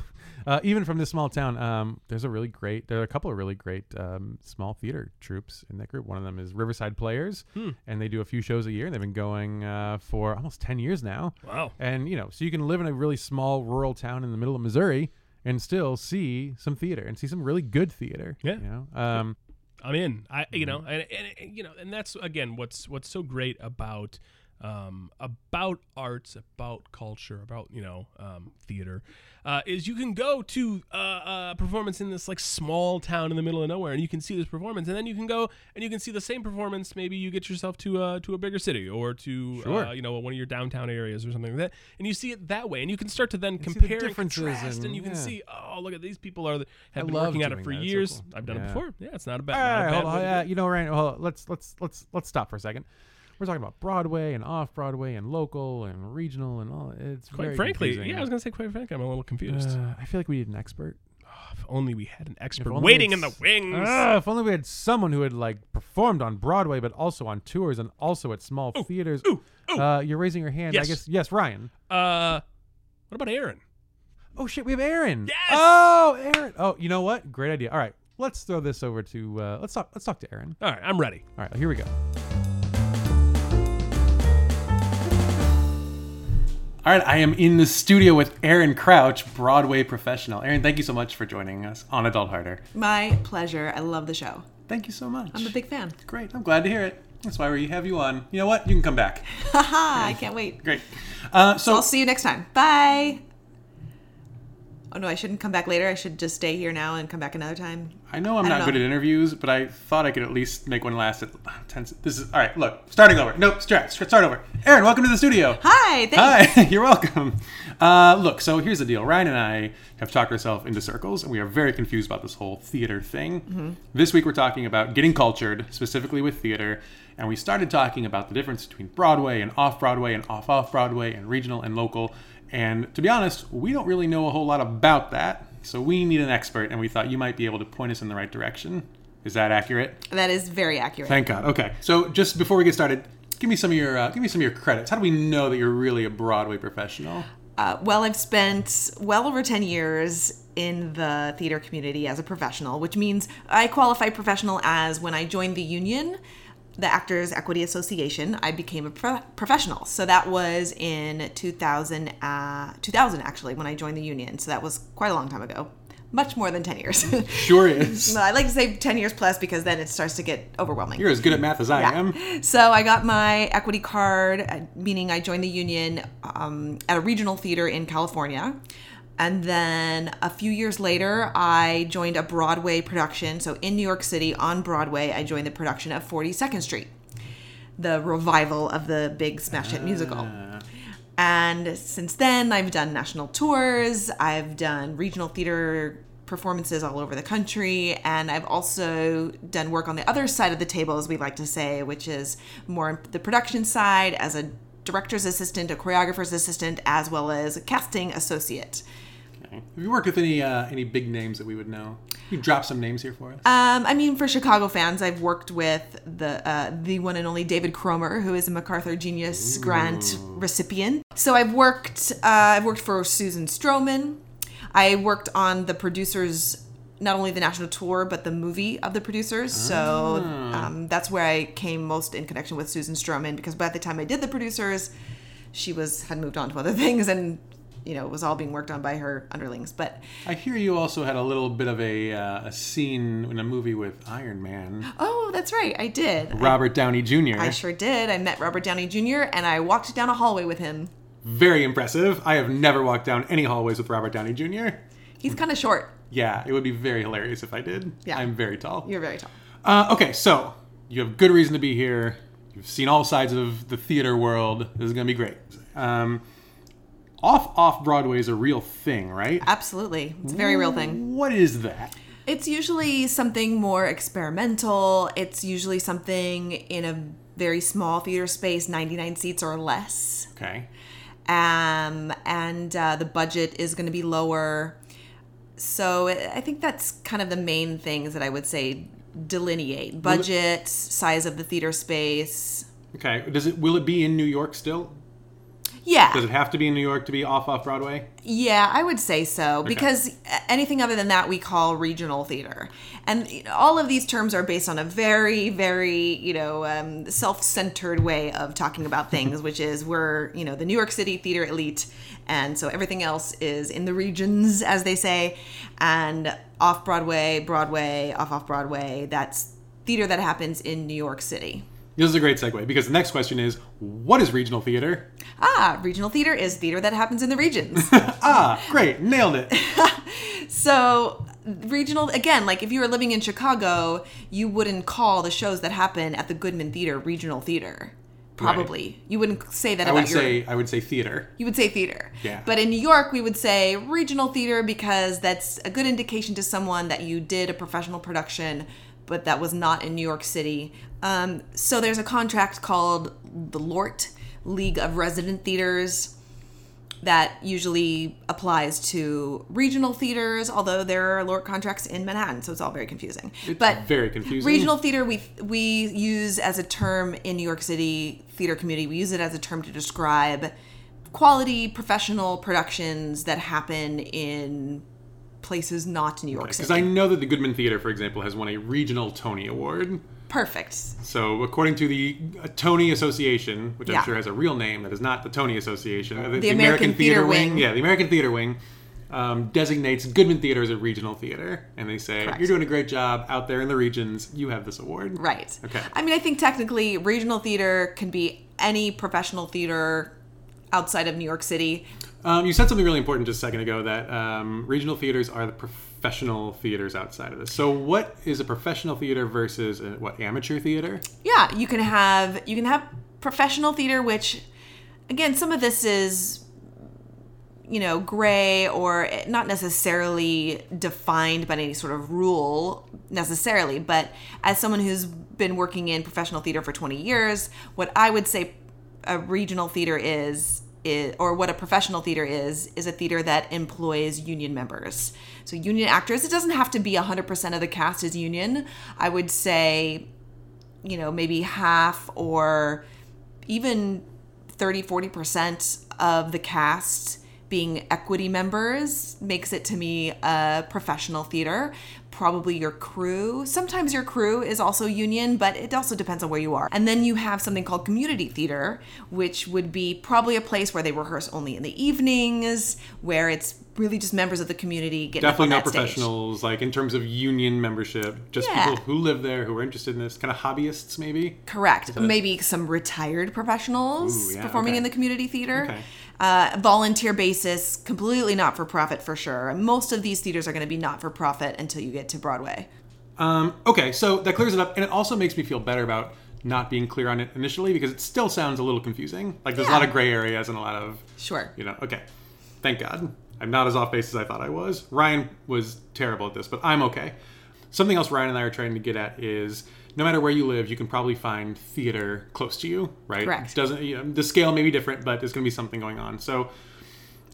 Speaker 1: uh, even from this small town, um, there's a really great. There are a couple of really great um, small theater troops in that group. One of them is Riverside Players,
Speaker 2: Hmm.
Speaker 1: and they do a few shows a year, and they've been going uh, for almost ten years now.
Speaker 2: Wow.
Speaker 1: And you know, so you can live in a really small rural town in the middle of Missouri and still see some theater and see some really good theater.
Speaker 2: Yeah.
Speaker 1: you know, um,
Speaker 2: I'm in. I you
Speaker 1: Mm-hmm.
Speaker 2: know and, and and, you know and that's again what's what's so great about um, about arts, about culture, about you know um, theater, uh, is you can go to uh, a performance in this like small town in the middle of nowhere, and you can see this performance, and then you can go and you can see the same performance. Maybe you get yourself to uh, to a bigger city or to uh,
Speaker 1: Sure.
Speaker 2: you know one of your downtown areas or something like that, and you see it that way, and you can start to then
Speaker 1: see the
Speaker 2: compare and
Speaker 1: differences
Speaker 2: contrast, and,
Speaker 1: and-
Speaker 2: you can
Speaker 1: yeah.
Speaker 2: see oh look at these people are have
Speaker 1: I
Speaker 2: been
Speaker 1: love
Speaker 2: working at it
Speaker 1: doing
Speaker 2: for
Speaker 1: that. It's so
Speaker 2: years.
Speaker 1: cool.
Speaker 2: I've done it
Speaker 1: Yeah.
Speaker 2: before. Yeah, it's not a bad.
Speaker 1: All
Speaker 2: not a
Speaker 1: right,
Speaker 2: bad
Speaker 1: hold on.
Speaker 2: way to
Speaker 1: Yeah,
Speaker 2: do
Speaker 1: you know, Ryan. Hold on. Let's let's let's let's stop for a second. We're talking about Broadway and off Broadway and local and regional and all. It's
Speaker 2: it. quite
Speaker 1: very
Speaker 2: frankly,
Speaker 1: confusing.
Speaker 2: yeah, I was gonna say quite frankly, I'm a little confused.
Speaker 1: Uh, I feel like we need an expert.
Speaker 2: Oh, if only we had an expert
Speaker 1: only
Speaker 2: waiting in the
Speaker 1: it's-
Speaker 2: wings.
Speaker 1: Ah, if only we had someone who had like performed on Broadway, but also on tours and also at small theaters.
Speaker 2: ooh, ooh.
Speaker 1: Uh, you're raising your hand. I
Speaker 2: Yes.
Speaker 1: guess yes, Ryan.
Speaker 2: Uh, what about Aaron?
Speaker 1: Oh shit, we have Aaron.
Speaker 2: Yes!
Speaker 1: Oh, Aaron. Oh, you know what? Great idea. All right, let's throw this over to uh, let's talk. Let's talk to Aaron.
Speaker 2: All right, I'm ready.
Speaker 1: All right, here we go. All right, I am in the studio with Aaron Crouch, Broadway professional. Aaron, thank you so much for joining us on Adult Harder.
Speaker 3: My pleasure. I love the show.
Speaker 1: Thank you so much.
Speaker 3: I'm a big fan.
Speaker 1: Great, I'm glad to hear it. That's why we have you on. You know what? You can come back.
Speaker 3: Haha, I can't wait.
Speaker 1: Great. Uh,
Speaker 3: I'll
Speaker 1: so,
Speaker 3: see you next time. Bye. Oh no, I shouldn't come back later. I should just stay here now and come back another time.
Speaker 1: I know I'm
Speaker 3: I don't
Speaker 1: not good
Speaker 3: know.
Speaker 1: at interviews, but I thought I could at least make one last at 10 se- This is, all right, look, starting over. Nope, start, start over. Aaron, welcome to the studio.
Speaker 3: Hi, thanks.
Speaker 1: Hi, you're welcome. Uh, look, so here's the deal. Ryan and I have talked ourselves into circles, and we are very confused about this whole theater thing. This week, we're talking about getting cultured, specifically with theater, and we started talking about the difference between Broadway and off Broadway and off off Broadway and regional and local. And to be honest, we don't really know a whole lot about that, so we need an expert, and we thought you might be able to point us in the right direction. Is that accurate?
Speaker 3: That is very accurate.
Speaker 1: Thank God. Okay. So just before we get started, give me some of your uh, give me some of your credits. How do we know that you're really a Broadway professional?
Speaker 3: Uh, well, I've spent well over 10 years in the theater community as a professional, which means I qualify professional as when I joined the union, the Actors Equity Association, I became a pro- professional. So that was in 2000, uh, 2000, actually, when I joined the union. So that was quite a long time ago, much more than 10 years.
Speaker 1: Sure is.
Speaker 3: Well, I like to say 10 years plus because then it starts to get overwhelming.
Speaker 1: You're as good at math as I
Speaker 3: Yeah.
Speaker 1: am.
Speaker 3: So I got my equity card, uh, meaning I joined the union um, at a regional theater in California. And then a few years later, I joined a Broadway production. So in New York City on Broadway, I joined the production of 42nd Street, the revival of the big smash hit musical.
Speaker 1: Ah.
Speaker 3: And since then, I've done national tours, I've done regional theater performances all over the country, and I've also done work on the other side of the table, as we like to say, which is more the production side as a director's assistant, a choreographer's assistant, as well as a casting associate.
Speaker 1: Okay. Have you worked with any uh, any big names that we would know? You drop some names here for us.
Speaker 3: Um, I mean, for Chicago fans, I've worked with the uh, the one and only David Cromer, who is a MacArthur Genius Grant recipient. So I've worked uh, I've worked for Susan Stroman. I worked on the producers, not only the national tour but the movie of the producers. So um, that's where I came most in connection with Susan Stroman because by the time I did the producers, she was had moved on to other things and you know it was all being worked on by her underlings. But
Speaker 1: I hear you also had a little bit of a, uh, a scene in a movie with Iron Man,
Speaker 3: oh, that's right, I did.
Speaker 1: Robert Downey Jr.
Speaker 3: I sure did. I met Robert Downey Jr. and I walked down a hallway with him.
Speaker 1: Very impressive. I have never walked down any hallways with Robert Downey Jr.
Speaker 3: He's kind of short.
Speaker 1: Yeah, it would be very hilarious if I did.
Speaker 3: Yeah.
Speaker 1: I'm very tall.
Speaker 3: You're very tall.
Speaker 1: Uh, okay, so you have good reason to be here. You've seen all sides of the theater world. This is going to be great. Um, off off Broadway is a real thing, right?
Speaker 3: Absolutely. It's a very real thing.
Speaker 1: What is that?
Speaker 3: Mm. It's usually something more experimental. It's usually something in a very small theater space, 99 seats or less.
Speaker 1: Okay.
Speaker 3: um, and uh, the budget is going to be lower. So I I think that's kind of the main things that I would say delineate budget, size of the theater space.
Speaker 1: Okay. Does it will it be in New York still? Does
Speaker 3: Yeah,
Speaker 1: it have to be in New York to be off off Broadway?
Speaker 3: yeah, I would say so because a- anything other than that we call regional theater, and you know, all of these terms are based on a very, very you know um, self-centered way of talking about things, which is we're you know the New York City theater elite, and so everything else is in the regions as they say, and off Broadway, Broadway, off off Broadway. That's theater that happens in New York City.
Speaker 1: This is a great segue because the next question is what is regional theater?
Speaker 3: Ah, regional theater is theater that happens in the regions.
Speaker 1: Ah, great, nailed it.
Speaker 3: So regional again, like if you were living in Chicago, you wouldn't call the shows that happen at the Goodman Theater regional theater. Probably. You wouldn't say that
Speaker 1: I
Speaker 3: about
Speaker 1: would
Speaker 3: your
Speaker 1: say I would say theater.
Speaker 3: you would say theater.
Speaker 1: Yeah.
Speaker 3: But in New York, we would say regional theater because that's a good indication to someone that you did a professional production, but that was not in New York City. Um, so there's a contract called the LORT, League of Resident Theaters, that usually applies to regional theaters, although there are LORT contracts in Manhattan, so it's all very confusing. but
Speaker 1: Very confusing.
Speaker 3: Regional theater we we use as a term in New York City theater community. We use it as a term to describe quality professional productions that happen in places not New York
Speaker 1: because
Speaker 3: City.
Speaker 1: I know that the Goodman Theater, for example, has won a regional Tony Award.
Speaker 3: Perfect.
Speaker 1: So, according to the uh, Tony Association, which
Speaker 3: Yeah.
Speaker 1: I'm sure has a real name that is not the Tony Association, uh, the,
Speaker 3: American Theater Wing.
Speaker 1: yeah, the American Theater Wing um, designates Goodman Theater as a regional theater, and they say
Speaker 3: Correct.
Speaker 1: you're doing a great job out there in the regions. You have this award,
Speaker 3: Right.
Speaker 1: Okay.
Speaker 3: I mean, I think technically regional theater can be any professional theater outside of New York City.
Speaker 1: Um, you said something really important just a second ago that um, regional theaters are the professional theaters outside of this. So, what is a professional theater versus a, what amateur theater?
Speaker 3: yeah you can have you can have professional theater which again some of this is you know gray or not necessarily defined by any sort of rule necessarily but as someone who's been working in professional theater for 20 years what i would say a regional theater is, is or what a professional theater is is a theater that employs union members so union actors it doesn't have to be 100% of the cast is union i would say you know maybe half or even 30 40% of the cast being equity members makes it to me a professional theater. Probably your crew. Sometimes your crew is also union, but it also depends on where you are. And then you have something called community theater, which would be probably a place where they rehearse only in the evenings, where it's really just members of the community getting up
Speaker 1: Definitely
Speaker 3: on
Speaker 1: not
Speaker 3: that stage.
Speaker 1: professionals, like in terms of union membership, just
Speaker 3: Yeah.
Speaker 1: people who live there who are interested in this, kind of hobbyists maybe.
Speaker 3: Correct. Maybe some retired professionals
Speaker 1: Ooh, yeah,
Speaker 3: performing
Speaker 1: okay.
Speaker 3: in the community theater.
Speaker 1: Okay.
Speaker 3: Uh, volunteer basis, completely not for profit for sure. Most of these theaters are going to be not for profit until you get to Broadway.
Speaker 1: Um, okay, so that clears it up, and it also makes me feel better about not being clear on it initially because it still sounds a little confusing. Like there's a
Speaker 3: Yeah.
Speaker 1: lot of gray areas and a lot of
Speaker 3: Sure.
Speaker 1: you know. Okay, thank God I'm not as off base as I thought I was. Ryan was terrible at this, but I'm okay. Something else Ryan and I are trying to get at is no matter where you live, you can probably find theater close to you, right?
Speaker 3: Correct.
Speaker 1: Doesn't you know, the scale may be different, but there's going to be something going on. So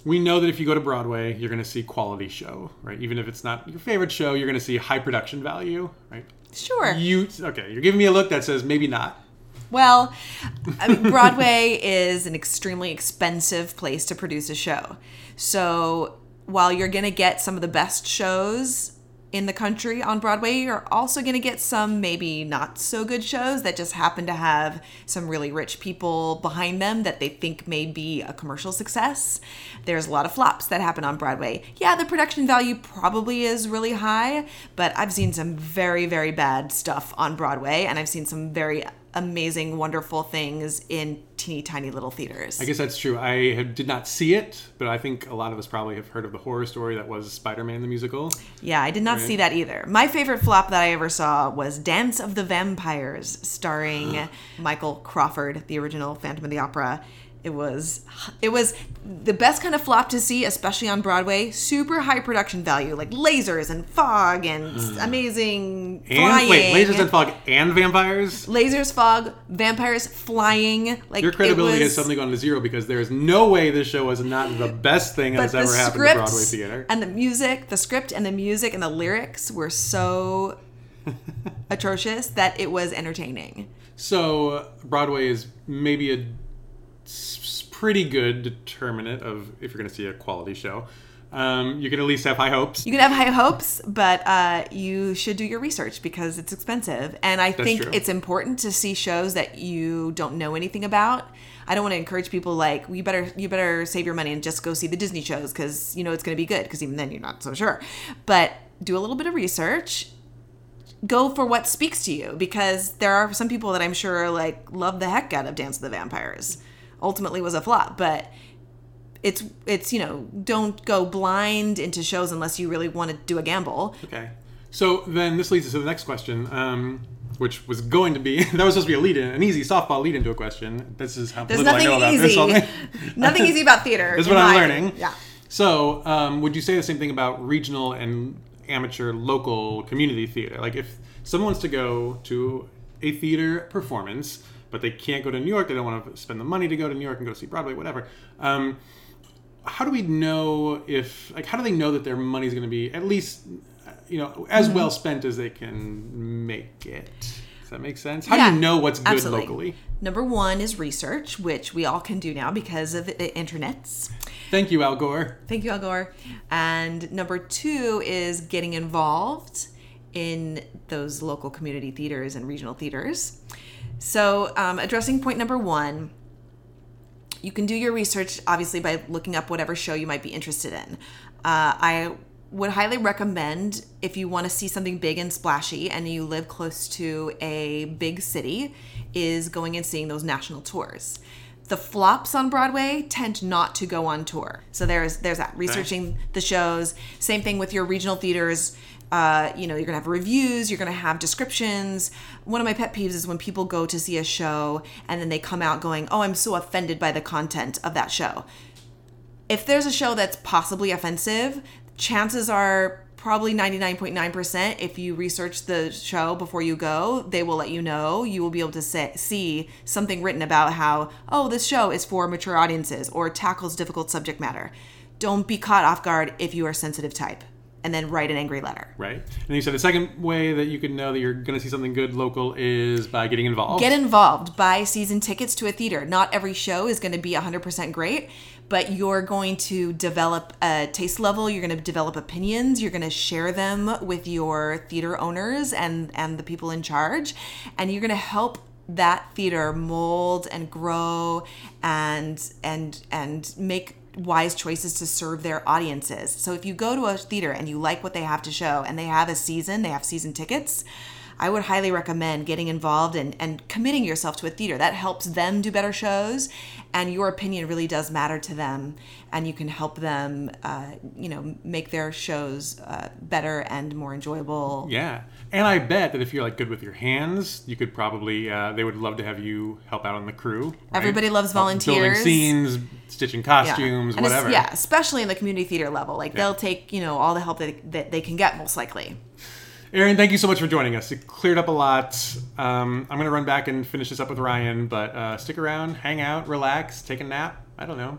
Speaker 1: we know that if you go to Broadway, you're going to see quality show, right? Even if it's not your favorite show, you're going to see high production value, right?
Speaker 3: Sure.
Speaker 1: You okay? You're giving me a look that says maybe not.
Speaker 3: Well, I mean, Broadway is an extremely expensive place to produce a show. So while you're going to get some of the best shows in the country on Broadway, you're also going to get some maybe not so good shows that just happen to have some really rich people behind them that they think may be a commercial success. There's a lot of flops that happen on Broadway. Yeah, the production value probably is really high, but I've seen some very, very bad stuff on Broadway, and I've seen some very amazing, wonderful things in teeny tiny little theaters.
Speaker 1: I guess that's true. I have, did not see it, but I think a lot of us probably have heard of the horror story that was Spider-Man the musical.
Speaker 3: Yeah, I did not see that either. My favorite flop that I ever saw was Dance of the Vampires, starring Michael Crawford, the original Phantom of the Opera. It was it was the best kind of flop to see, especially on Broadway. Super high production value, like lasers and fog and s- amazing
Speaker 1: And
Speaker 3: flying.
Speaker 1: wait, lasers and fog and vampires.
Speaker 3: Lasers, fog, vampires flying. Like
Speaker 1: Your credibility
Speaker 3: it was,
Speaker 1: has suddenly gone to zero because there is no way this show was not the best thing that's ever happened to Broadway theater.
Speaker 3: and the music, the script and the music and the lyrics were so atrocious that it was entertaining.
Speaker 1: So Broadway is maybe a s- s- pretty good determinant of if you're going to see a quality show. Um, you can at least have high hopes.
Speaker 3: You can have high hopes, but uh, you should do your research because it's expensive. And I think
Speaker 1: true.
Speaker 3: it's important to see shows that you don't know anything about. I don't want to encourage people like you better you better save your money and just go see the Disney shows because you know it's going to be good because even then you're not so sure. But do a little bit of research go for what speaks to you because there are some people that I'm sure like love the heck out of Dance of the Vampires. Ultimately was a flop, but it's it's you know don't go blind into shows unless you really want to do a gamble.
Speaker 1: Okay. So then this leads us to the next question, um, which was going to be that was supposed to be a lead in, an easy softball lead into a question. This is how
Speaker 3: There's
Speaker 1: little I know about
Speaker 3: nothing
Speaker 1: this.
Speaker 3: easy,
Speaker 1: already.
Speaker 3: nothing easy about theater.
Speaker 1: This is
Speaker 3: in
Speaker 1: what I'm
Speaker 3: my-
Speaker 1: learning.
Speaker 3: Yeah.
Speaker 1: So um, would you say the same thing about regional and amateur local community theater? Like if someone wants to go to a theater performance, but they can't go to New York, they don't want to spend the money to go to New York and go see Broadway, whatever. Um, how do we know if like how do they know that their money's going to be at least you know as
Speaker 3: Mm-hmm.
Speaker 1: well spent as they can make it does that make sense how do
Speaker 3: Yeah,
Speaker 1: you know what's good
Speaker 3: absolutely.
Speaker 1: locally
Speaker 3: Number one is research, which we all can do now because of the internets.
Speaker 1: thank you al gore
Speaker 3: Thank you, Al Gore. And number two is getting involved in those local community theaters and regional theaters. So, um, addressing point number one, you can do your research obviously by looking up whatever show you might be interested in. Uh, I would highly recommend if you want to see something big and splashy and you live close to a big city, is going and seeing those national tours. The flops on Broadway tend not to go on tour, so there's there's that researching the shows. Same thing with your regional theaters. Uh, you know, you're gonna have reviews, you're gonna have descriptions. One of my pet peeves is when people go to see a show and then they come out going, "Oh, I'm so offended by the content of that show." If there's a show that's possibly offensive, chances are probably 99.9% if you research the show before you go, they will let you know. You will be able to say, see something written about how, "Oh, this show is for mature audiences or tackles difficult subject matter." Don't be caught off guard if you are a sensitive type and then write an angry letter.
Speaker 1: right and you said the second way that you can know that you're going to see something good local is by getting involved
Speaker 3: Get involved. Buy season tickets to a theater. Not every show is going to be 100% great, but you're going to develop a taste level you're going to develop opinions you're going to share them with your theater owners and and the people in charge and you're going to help that theater mold and grow and and and make wise choices to serve their audiences. So if you go to a theater and you like what they have to show and they have a season, they have season tickets, I would highly recommend getting involved and, and committing yourself to a theater. That helps them do better shows, and your opinion really does matter to them, and you can help them, uh, you know, make their shows uh, better and more enjoyable.
Speaker 4: Yeah, and I bet that if you're like good with your hands, you could probably uh, they would love to have you help out on the crew. right?
Speaker 3: Everybody loves
Speaker 4: Help Building
Speaker 3: volunteers.
Speaker 4: scenes, stitching costumes,
Speaker 3: And it's-
Speaker 4: whatever.
Speaker 3: Yeah, especially in the community theater level. Like they'll take, you know, all the help that, that they can get most likely.
Speaker 4: Aaron, thank you so much for joining us. It cleared up a lot. Um, I'm gonna run back and finish this up with Ryan, but uh, stick around, hang out, relax, take a nap. I don't know.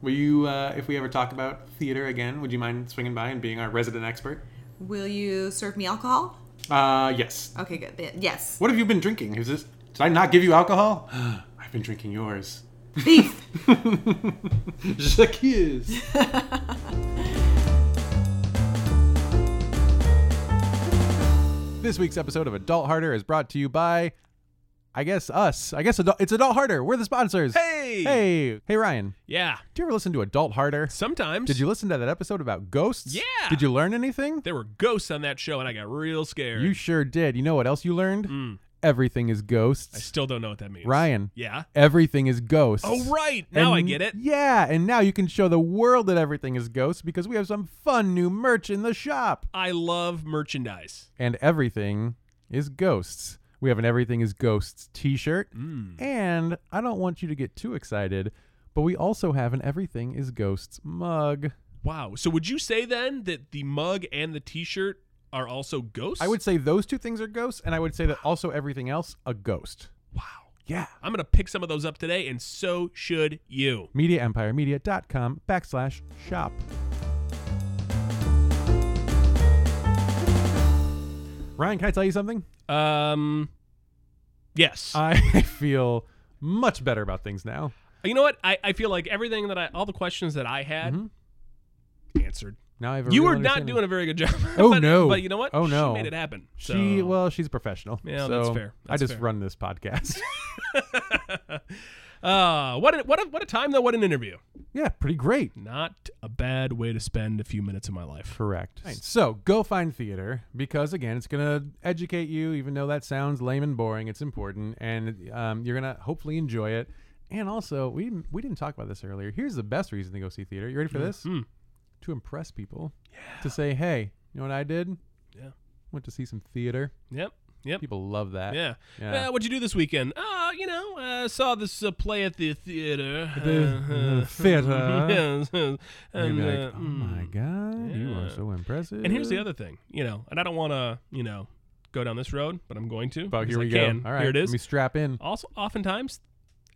Speaker 4: Will you, uh, if we ever talk about theater again, would you mind swinging by and being our resident expert?
Speaker 3: Will you serve me alcohol?
Speaker 4: Uh, yes.
Speaker 3: Okay, good. Yes.
Speaker 4: What have you been drinking? Is this? Did I not give you alcohol? I've been drinking yours.
Speaker 3: Beef.
Speaker 4: J'accuse.
Speaker 1: This week's episode of Adult Harder is brought to you by, I guess, us. I guess adult, it's Adult Harder. We're the sponsors.
Speaker 2: Hey!
Speaker 1: Hey. Hey, Ryan.
Speaker 2: Yeah.
Speaker 1: Do you ever listen to Adult Harder?
Speaker 2: Sometimes.
Speaker 1: Did you listen to that episode about ghosts?
Speaker 2: Yeah.
Speaker 1: Did you learn anything?
Speaker 2: There were ghosts on that show, and I got real scared.
Speaker 1: You sure did. You know what else you learned?
Speaker 2: Mm.
Speaker 1: Everything is
Speaker 2: I
Speaker 1: ghosts.
Speaker 2: still don't know what that means.
Speaker 1: Ryan,
Speaker 2: Yeah.
Speaker 1: everything is ghosts.
Speaker 2: Oh right. Now I
Speaker 1: And-
Speaker 2: get it.
Speaker 1: Yeah, and now you can show the world that everything is ghosts because we have some fun new merch in the shop.
Speaker 2: I love merchandise.
Speaker 1: And everything is ghosts. We have an Everything is Ghosts t shirt.
Speaker 2: Mm.
Speaker 1: And I don't want you to get too excited, but we also have an Everything is Ghosts mug.
Speaker 2: Wow. So would you say then that the mug and the T-shirt are also ghosts?
Speaker 1: I would say those two things are ghosts, and I would say that also everything else, a ghost.
Speaker 2: Wow.
Speaker 1: Yeah.
Speaker 2: I'm gonna pick some of those up today, and so should you.
Speaker 1: MediaEmpireMedia.com backslash shop. Ryan, can I tell you something?
Speaker 2: Um. Yes.
Speaker 1: I feel much better about things now.
Speaker 2: you know what? I, I feel like everything that I, all the questions that I had,
Speaker 1: Mhm.
Speaker 2: answered.
Speaker 1: Now I have a Mm-hmm.
Speaker 2: You
Speaker 1: real
Speaker 2: were not
Speaker 1: understanding.
Speaker 2: doing a very good job.
Speaker 1: Oh,
Speaker 2: but,
Speaker 1: no.
Speaker 2: But you know what?
Speaker 1: Oh, no.
Speaker 2: She made it happen. So.
Speaker 1: She well, she's a professional.
Speaker 2: Yeah,
Speaker 1: so
Speaker 2: that's fair.
Speaker 1: I
Speaker 2: That's
Speaker 1: just
Speaker 2: fair.
Speaker 1: run this podcast.
Speaker 2: uh, what a, what a, what a time though. What an interview.
Speaker 1: yeah, pretty great.
Speaker 2: Not a bad way to spend a few minutes of my life.
Speaker 1: Correct. So go find theater because again, it's gonna educate you. Even though that sounds lame and boring, it's important, and um, you're gonna hopefully enjoy it. And also, we we didn't talk about this earlier. Here's the best reason to go see theater. You ready for this?
Speaker 2: Mm.
Speaker 1: To impress people. To say, hey, you know what I did?
Speaker 2: Yeah.
Speaker 1: Went to see some theater.
Speaker 2: Yep. Yep.
Speaker 1: People love that.
Speaker 2: Yeah.
Speaker 1: Yeah.
Speaker 2: Uh, what'd you do this weekend? Uh, you know, I saw this uh, play at the theater.
Speaker 1: the, uh, theater.
Speaker 2: Yes, yes.
Speaker 1: And
Speaker 2: And,
Speaker 1: you'd be like,
Speaker 2: uh,
Speaker 1: oh my god, you are
Speaker 2: yeah.
Speaker 1: so impressive.
Speaker 2: And here's the other thing, you know, and I don't want to, you know, go down this road, but I'm going to.
Speaker 1: Fuck,
Speaker 2: because
Speaker 1: here
Speaker 2: I
Speaker 1: we
Speaker 2: can.
Speaker 1: go. All right,
Speaker 2: Here it
Speaker 1: Let me
Speaker 2: is. Oh,
Speaker 1: strap in.
Speaker 2: Also, oftentimes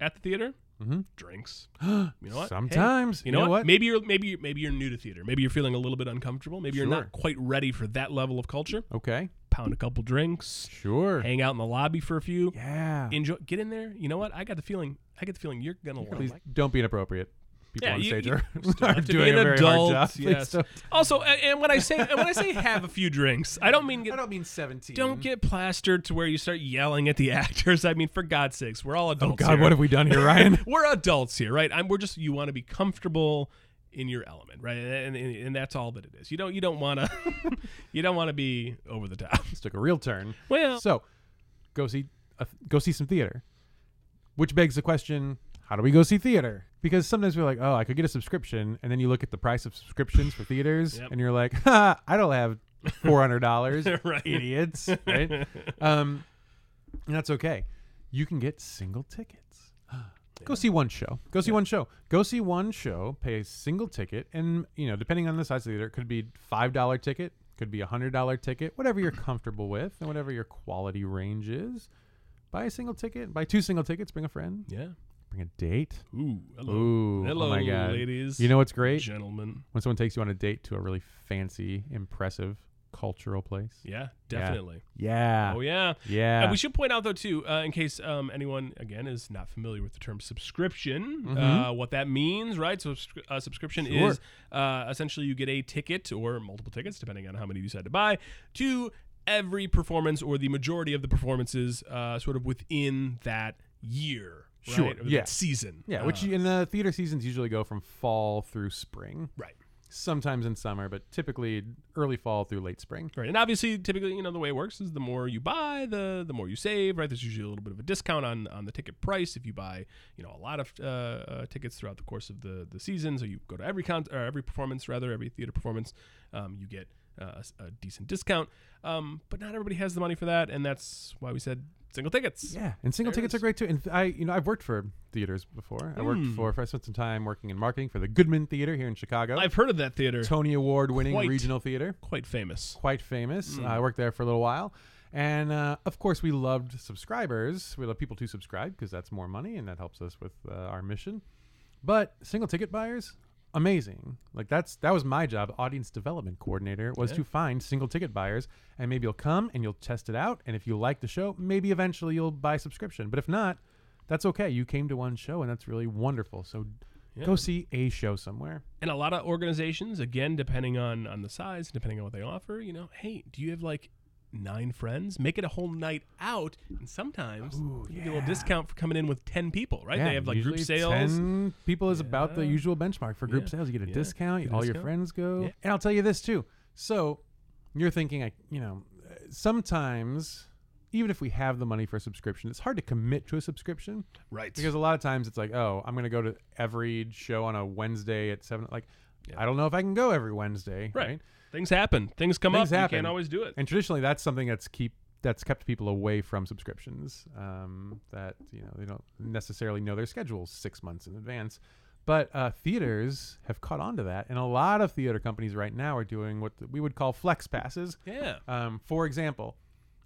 Speaker 2: at the theater,
Speaker 1: Mhm.
Speaker 2: drinks. You know what? Hey,
Speaker 1: Sometimes.
Speaker 2: you know, what? Maybe you're maybe you're, maybe you're new to theater. Maybe you're feeling a little bit uncomfortable. Maybe you're
Speaker 1: Sure.
Speaker 2: not quite ready for that level of culture.
Speaker 1: Okay.
Speaker 2: Pound a couple drinks,
Speaker 1: Sure.
Speaker 2: hang out in the lobby for a few.
Speaker 1: Yeah.
Speaker 2: Enjoy. Get in there. You know what? I got the feeling. I get the feeling you're gonna
Speaker 1: Please
Speaker 2: like.
Speaker 1: don't be inappropriate. People
Speaker 2: Yeah,
Speaker 1: on
Speaker 2: you-
Speaker 1: stage
Speaker 2: you
Speaker 1: are,
Speaker 2: still
Speaker 1: are
Speaker 2: have to be
Speaker 1: doing
Speaker 2: an
Speaker 1: a very
Speaker 2: adult,
Speaker 1: hard job. Please
Speaker 2: yes.
Speaker 1: don't-
Speaker 2: Also, a- and when I say and when I say have a few drinks, I don't mean get
Speaker 1: I don't mean 17.
Speaker 2: Don't get plastered to where you start yelling at the actors. I mean, for God's sakes, we're all adults.
Speaker 1: Oh God,
Speaker 2: here.
Speaker 1: what have we done here, Ryan?
Speaker 2: We're adults here, right? I'm, we're just you want to be comfortable in your element, right? And, and, and that's all that it is. You don't you don't want to you don't want to be over the top.
Speaker 1: this took a real turn.
Speaker 2: Well,
Speaker 1: So, go see uh, go see some theater. Which begs the question, how do we go see theater? Because sometimes we're like, oh, I could get a subscription, and then you look at the price of subscriptions for theaters,
Speaker 2: Yep.
Speaker 1: and you're like, ha, I don't have four hundred dollars,
Speaker 2: Right.
Speaker 1: idiots, right? Um, and that's okay. You can get single tickets. Go see one show. Go see one show. Go see one show. Pay a single ticket, and you know, depending on the size of the theater, it could be five dollar ticket, could be a hundred dollar ticket, whatever you're comfortable with, and whatever your quality range is. Buy a single ticket. Buy two single tickets. Bring a friend.
Speaker 2: yeah.
Speaker 1: Bring a date.
Speaker 2: Ooh, hello,
Speaker 1: Ooh,
Speaker 2: hello,
Speaker 1: oh my god,
Speaker 2: ladies.
Speaker 1: You know what's great?
Speaker 2: gentlemen.
Speaker 1: When someone takes you on a date to a really fancy, impressive cultural place.
Speaker 2: Yeah, definitely.
Speaker 1: Yeah.
Speaker 2: Oh yeah.
Speaker 1: Yeah.
Speaker 2: Uh, we should point out though too, uh, in case um, anyone again is not familiar with the term subscription, uh, what that means, right? So subscri- uh, subscription
Speaker 1: Mm-hmm. Sure.
Speaker 2: is uh, essentially you get a ticket or multiple tickets, depending on how many you decide to buy, to every performance or the majority of the performances, uh, sort of within that year, right?
Speaker 1: Sure,
Speaker 2: Or that
Speaker 1: yeah.
Speaker 2: season,
Speaker 1: yeah,
Speaker 2: Uh,
Speaker 1: which in the theater seasons usually go from fall through spring.
Speaker 2: right.
Speaker 1: Sometimes in summer, but typically early fall through late spring.
Speaker 2: Right, and obviously, typically, you know, the way it works is the more you buy, the the more you save. Right, there's usually a little bit of a discount on on the ticket price if you buy, you know, a lot of uh, uh, tickets throughout the course of the the season. So you go to every con or every performance, rather every theater performance, um, you get uh, a s- a, decent discount. Um, but not everybody has the money for that, and that's why we said single tickets.
Speaker 1: Yeah, and single
Speaker 2: There it
Speaker 1: tickets
Speaker 2: is. Hmm.
Speaker 1: are great too. And I, you know, I've worked for theaters before. I worked for, I spent some time working in marketing for the Goodman Theater here in Chicago.
Speaker 2: I've heard of that theater.
Speaker 1: Tony Award winning
Speaker 2: Quite.
Speaker 1: regional theater,
Speaker 2: Quite famous.
Speaker 1: quite famous. I worked there for a little while, and uh, of course, we loved subscribers. We love people to subscribe because that's more money, and that helps us with uh, our mission. But single ticket buyers, amazing. Like that's that was my job. Audience development coordinator was to find single ticket buyers, and maybe you'll come and you'll test it out, and if you like the show, maybe eventually you'll buy subscription. But if not, that's okay. You came to one show, and that's really wonderful. So. Go see a show somewhere.
Speaker 2: and a lot of organizations again depending on on the size depending on what they offer you know hey do you have like nine friends make it a whole night out and sometimes you get a little discount for coming in with 10 people right
Speaker 1: Yeah,
Speaker 2: they have like group
Speaker 1: usually
Speaker 2: sales
Speaker 1: 10 people is about the
Speaker 2: Yeah.
Speaker 1: usual benchmark for group
Speaker 2: Yeah.
Speaker 1: sales. You get a
Speaker 2: Yeah.
Speaker 1: discount.
Speaker 2: Get a
Speaker 1: all your
Speaker 2: discount.
Speaker 1: friends go.
Speaker 2: Yeah.
Speaker 1: And I'll tell you this too. So you're thinking, I, you know, uh, sometimes even if we have the money for a subscription, it's hard to commit to a subscription
Speaker 2: right
Speaker 1: because a lot of times it's like, oh, I'm going to go to every show on a Wednesday at seven. Like, I don't know if I can go every Wednesday.
Speaker 2: right.
Speaker 1: Right.
Speaker 2: things happen things come
Speaker 1: Things
Speaker 2: up you
Speaker 1: happen.
Speaker 2: can't always do it
Speaker 1: And traditionally, that's something that's keep that's kept people away from subscriptions. Um, that you know they don't necessarily know their schedules six months in advance. But uh, theaters have caught on to that, and a lot of theater companies right now are doing what we would call flex passes.
Speaker 2: yeah
Speaker 1: Um, for example,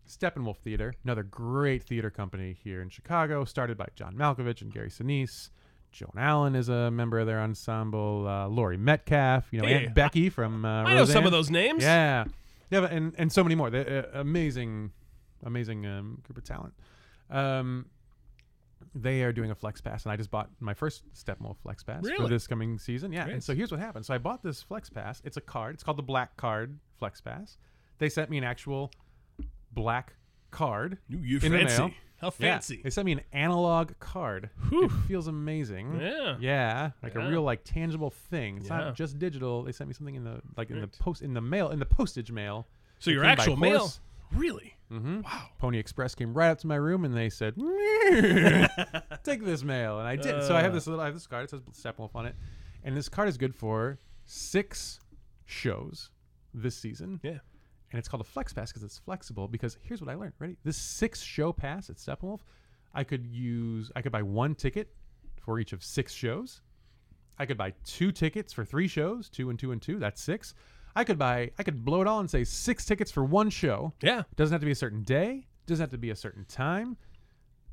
Speaker 1: Steppenwolf Theater, another great theater company here in Chicago, started by John Malkovich and Gary Sinise. Joan Allen is a member of their ensemble. Uh, Laurie Metcalf, you know,
Speaker 2: Yeah.
Speaker 1: Aunt Becky from uh,
Speaker 2: i know some
Speaker 1: Roseanne.
Speaker 2: of those names
Speaker 1: Yeah, yeah, but- and and so many more. They're, uh, amazing, amazing um, group of talent. Um, they are doing a flex pass, and I just bought my first Steppenwolf flex pass for
Speaker 2: Really?
Speaker 1: this coming season. Yeah,
Speaker 2: Great.
Speaker 1: and so here's what happened. So I bought this flex pass. It's a card. It's called the Black Card Flex Pass. They sent me an actual black card.
Speaker 2: Ooh, you
Speaker 1: In the
Speaker 2: fancy
Speaker 1: mail.
Speaker 2: how
Speaker 1: Yeah,
Speaker 2: fancy
Speaker 1: They sent me an analog card. It
Speaker 2: Whew.
Speaker 1: feels amazing.
Speaker 2: yeah,
Speaker 1: Yeah, like
Speaker 2: Yeah.
Speaker 1: a real like tangible thing. It's
Speaker 2: Yeah.
Speaker 1: not just digital. They sent me something in the like in the
Speaker 2: Right.
Speaker 1: post in the mail in the postage mail.
Speaker 2: so
Speaker 1: It
Speaker 2: your
Speaker 1: came by
Speaker 2: actual mail
Speaker 1: horse.
Speaker 2: really
Speaker 1: Mhm.
Speaker 2: wow
Speaker 1: Pony Express came right up to my room and they said, "Take this mail," and I did. so I have
Speaker 2: Uh.
Speaker 1: this little I have this card. It says Steppenwolf on it, and this card is good for six shows this season.
Speaker 2: yeah
Speaker 1: And it's called a flex pass because it's flexible. Because here's what I learned. Ready? This six show pass at Steppenwolf, I could use. I could buy one ticket for each of six shows. I could buy two tickets for three shows, two and two and two. That's six. I could buy. I could blow it all and say six tickets for one show.
Speaker 2: yeah
Speaker 1: It doesn't have to be a certain day. It doesn't have to be a certain time.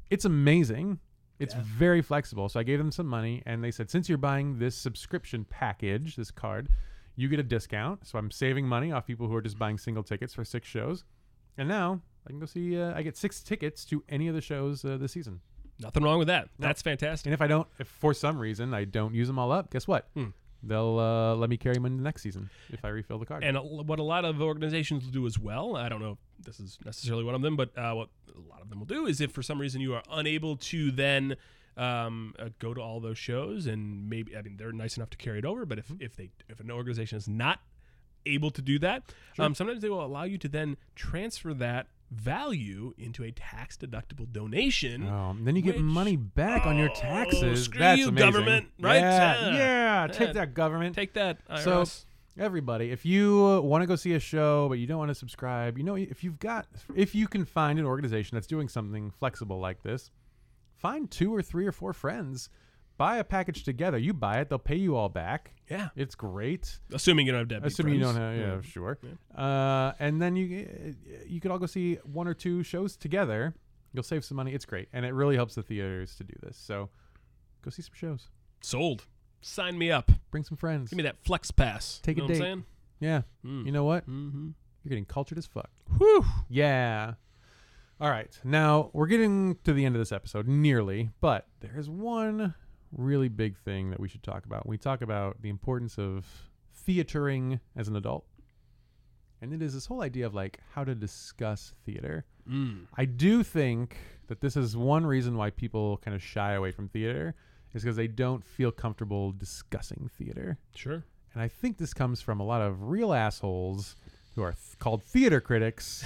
Speaker 1: It's amazing. It's very flexible. So I gave them some money and they said, since you're buying this subscription package, this card, you get a discount. So I'm saving money off people who are just buying single tickets for six shows. And now I can go see, uh, I get six tickets to any of the shows uh, this season.
Speaker 2: nothing wrong with that that's fantastic
Speaker 1: And if I don't, if for some reason I don't use them all up, guess what? They'll uh, let me carry them into next season if I refill the card.
Speaker 2: and a, what a lot of organizations will do as well i don't know if this is necessarily one of them but uh, what a lot of them will do is if for some reason you are unable to then um, uh, go to all those shows and maybe i mean they're nice enough to carry it over but
Speaker 1: Mm-hmm.
Speaker 2: if, if they if an organization is not able to do that um, sometimes they will allow you to then transfer that value into a tax deductible donation
Speaker 1: Oh, then you get
Speaker 2: which-
Speaker 1: money back on your
Speaker 2: Oh,
Speaker 1: taxes.
Speaker 2: screw
Speaker 1: That's
Speaker 2: you,
Speaker 1: amazing.
Speaker 2: government, right?
Speaker 1: Yeah,
Speaker 2: Yeah.
Speaker 1: yeah, Take
Speaker 2: Yeah.
Speaker 1: that, government.
Speaker 2: take that IRS.
Speaker 1: So- Everybody, if you want to go see a show but you don't want to subscribe, you know, if you've got, if you can find an organization that's doing something flexible like this, find two or three or four friends, buy a package together. You buy it, they'll pay you all back.
Speaker 2: yeah
Speaker 1: It's great.
Speaker 2: assuming you don't have debt
Speaker 1: Assuming you don't have, yeah, sure. Uh, and then you uh, you could all go see one or two shows together. You'll save some money. It's great, and it really helps the theaters to do this. So go see some shows.
Speaker 2: sold sign me up
Speaker 1: Bring some friends.
Speaker 2: give me that flex pass
Speaker 1: Take
Speaker 2: you
Speaker 1: a
Speaker 2: know what
Speaker 1: date.
Speaker 2: i'm saying
Speaker 1: yeah,
Speaker 2: Mm.
Speaker 1: you know what?
Speaker 2: mm-hmm
Speaker 1: You You're getting cultured as fuck.
Speaker 2: Whew.
Speaker 1: Yeah. All right. Now we're getting to the end of this episode, nearly, but there's one really big thing that we should talk about. We talk about the importance of theatering as an adult. And it is this whole idea of like how to discuss theater. I do think that this is one reason why people kind of shy away from theater is because they don't feel comfortable discussing theater.
Speaker 2: Sure.
Speaker 1: And I think this comes from a lot of real assholes who are th- called theater critics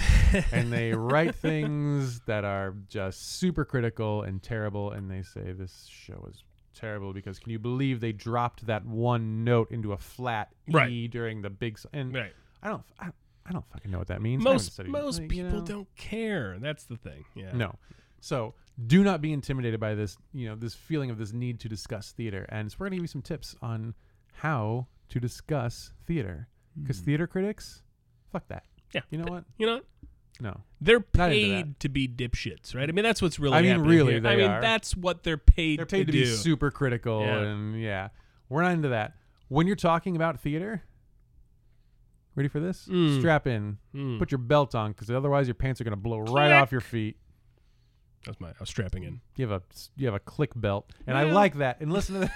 Speaker 1: and they write things that are just super critical and terrible and they say this show is terrible because can you believe they dropped that one note into a flat E
Speaker 2: Right.
Speaker 1: during the big s- and
Speaker 2: Right.
Speaker 1: I don't f- I, I don't fucking know what that means. I haven't
Speaker 2: Most
Speaker 1: studied-
Speaker 2: most
Speaker 1: like, you
Speaker 2: people
Speaker 1: know.
Speaker 2: don't care. That's the thing. Yeah.
Speaker 1: No. So do not be intimidated by this, you know, this feeling of this need to discuss theater. And so we're going to give you some tips on how to discuss theater. Because
Speaker 2: Hmm.
Speaker 1: theater critics, fuck that.
Speaker 2: Yeah.
Speaker 1: You know what?
Speaker 2: You know, what?
Speaker 1: No.
Speaker 2: they're
Speaker 1: Not into that.
Speaker 2: paid to be dipshits, right? I mean, that's what's really.
Speaker 1: I mean,
Speaker 2: happening
Speaker 1: really,
Speaker 2: here.
Speaker 1: they
Speaker 2: I mean,
Speaker 1: are.
Speaker 2: that's what they're paid.
Speaker 1: They're paid to,
Speaker 2: do.
Speaker 1: be super critical.
Speaker 2: Yeah.
Speaker 1: And yeah, we're not into that. When you're talking about theater, ready for this?
Speaker 2: Mm.
Speaker 1: Strap in.
Speaker 2: Mm.
Speaker 1: Put your belt on because otherwise your pants are going to blow right off your feet.
Speaker 2: That's my. I was strapping in.
Speaker 1: You have a you have a click belt, and I
Speaker 2: Yeah.
Speaker 1: like that. And listen to this: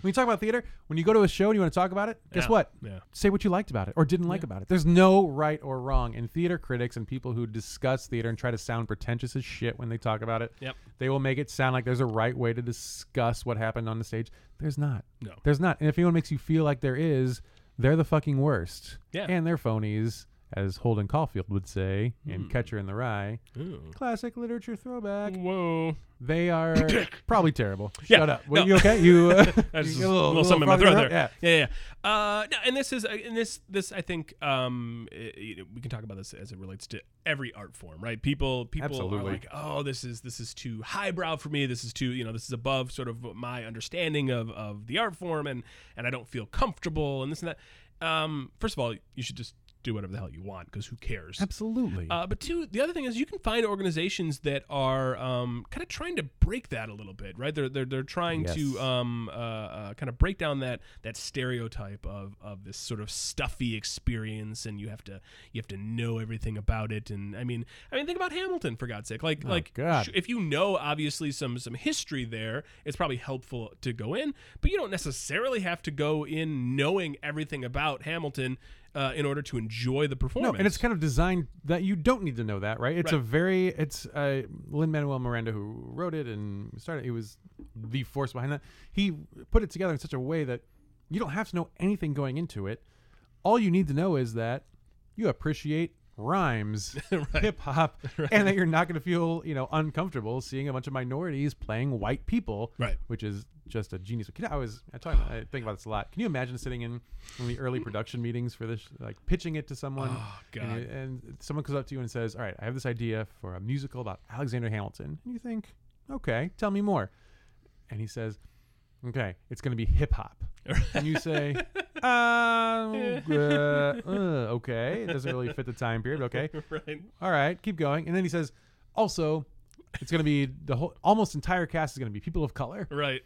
Speaker 1: when you talk about theater, when you go to a show and you want to talk about it, guess
Speaker 2: Yeah.
Speaker 1: what?
Speaker 2: Yeah.
Speaker 1: Say what you liked about it or didn't like about it. There's no right or wrong. And theater critics and people who discuss theater and try to sound pretentious as shit when they talk about it,
Speaker 2: Yep.
Speaker 1: they will make it sound like there's a right way to discuss what happened on the stage. There's not.
Speaker 2: No.
Speaker 1: There's not. And if anyone makes you feel like there is, they're the fucking worst.
Speaker 2: Yeah.
Speaker 1: And they're phonies, as Holden Caulfield would say
Speaker 2: Hmm.
Speaker 1: in Catcher in the Rye.
Speaker 2: Ooh.
Speaker 1: Classic literature throwback.
Speaker 2: Whoa.
Speaker 1: They are probably terrible.
Speaker 2: Yeah,
Speaker 1: Shut up. Well,
Speaker 2: no.
Speaker 1: You okay? You, uh,
Speaker 2: That's
Speaker 1: you
Speaker 2: just
Speaker 1: get
Speaker 2: a little, something in my
Speaker 1: frog
Speaker 2: throat
Speaker 1: in
Speaker 2: there.
Speaker 1: your throat?
Speaker 2: Yeah, yeah. yeah. Uh, no, and this is, uh, and this, this I think, um, i- i- we can talk about this as it relates to every art form, right? People, people
Speaker 1: Absolutely.
Speaker 2: are like, oh, this is this is too highbrow for me. This is too, you know, this is above sort of my understanding of of the art form, and and I don't feel comfortable, and this and that. Um, first of all, you should just do whatever the hell you want because who cares?
Speaker 1: Absolutely.
Speaker 2: Uh, but two, the other thing is you can find organizations that are um, kind of trying to break that a little bit, right? They're they're, they're trying
Speaker 1: Yes.
Speaker 2: to um, uh, uh, kind of break down that that stereotype of, of this sort of stuffy experience, and you have to you have to know everything about it. And I mean, I mean, think about Hamilton for God's sake. Like like
Speaker 1: Oh, God.
Speaker 2: sh- if you know obviously some some history there, it's probably helpful to go in, but you don't necessarily have to go in knowing everything about Hamilton. Uh, in order to enjoy the performance,
Speaker 1: no, and it's kind of designed that you don't need to know that, right? It's a
Speaker 2: Right.
Speaker 1: very, it's uh, Lin Manuel Miranda who wrote it and started. He was the force behind that. He put it together in such a way that you don't have to know anything going into it. All you need to know is that you appreciate rhymes, hip hop, and that you're not going to feel you know uncomfortable seeing a bunch of minorities playing white people,
Speaker 2: Right.
Speaker 1: Which is just a genius. Can I I was I, talk, I think about this a lot. Can you imagine sitting in one of the early production meetings for this, like pitching it to someone?
Speaker 2: Oh, God.
Speaker 1: And, you- and someone comes up to you and says, "All right, I have this idea for a musical about Alexander Hamilton." And you think, "Okay, tell me more." And he says, "Okay, it's going to be hip hop." and you say, um, uh, uh, "Okay, it doesn't really fit the time period. but Okay,
Speaker 2: right.
Speaker 1: all right, keep going." And then he says, "Also, it's going to be the whole almost entire cast is going to be people of color
Speaker 2: Right.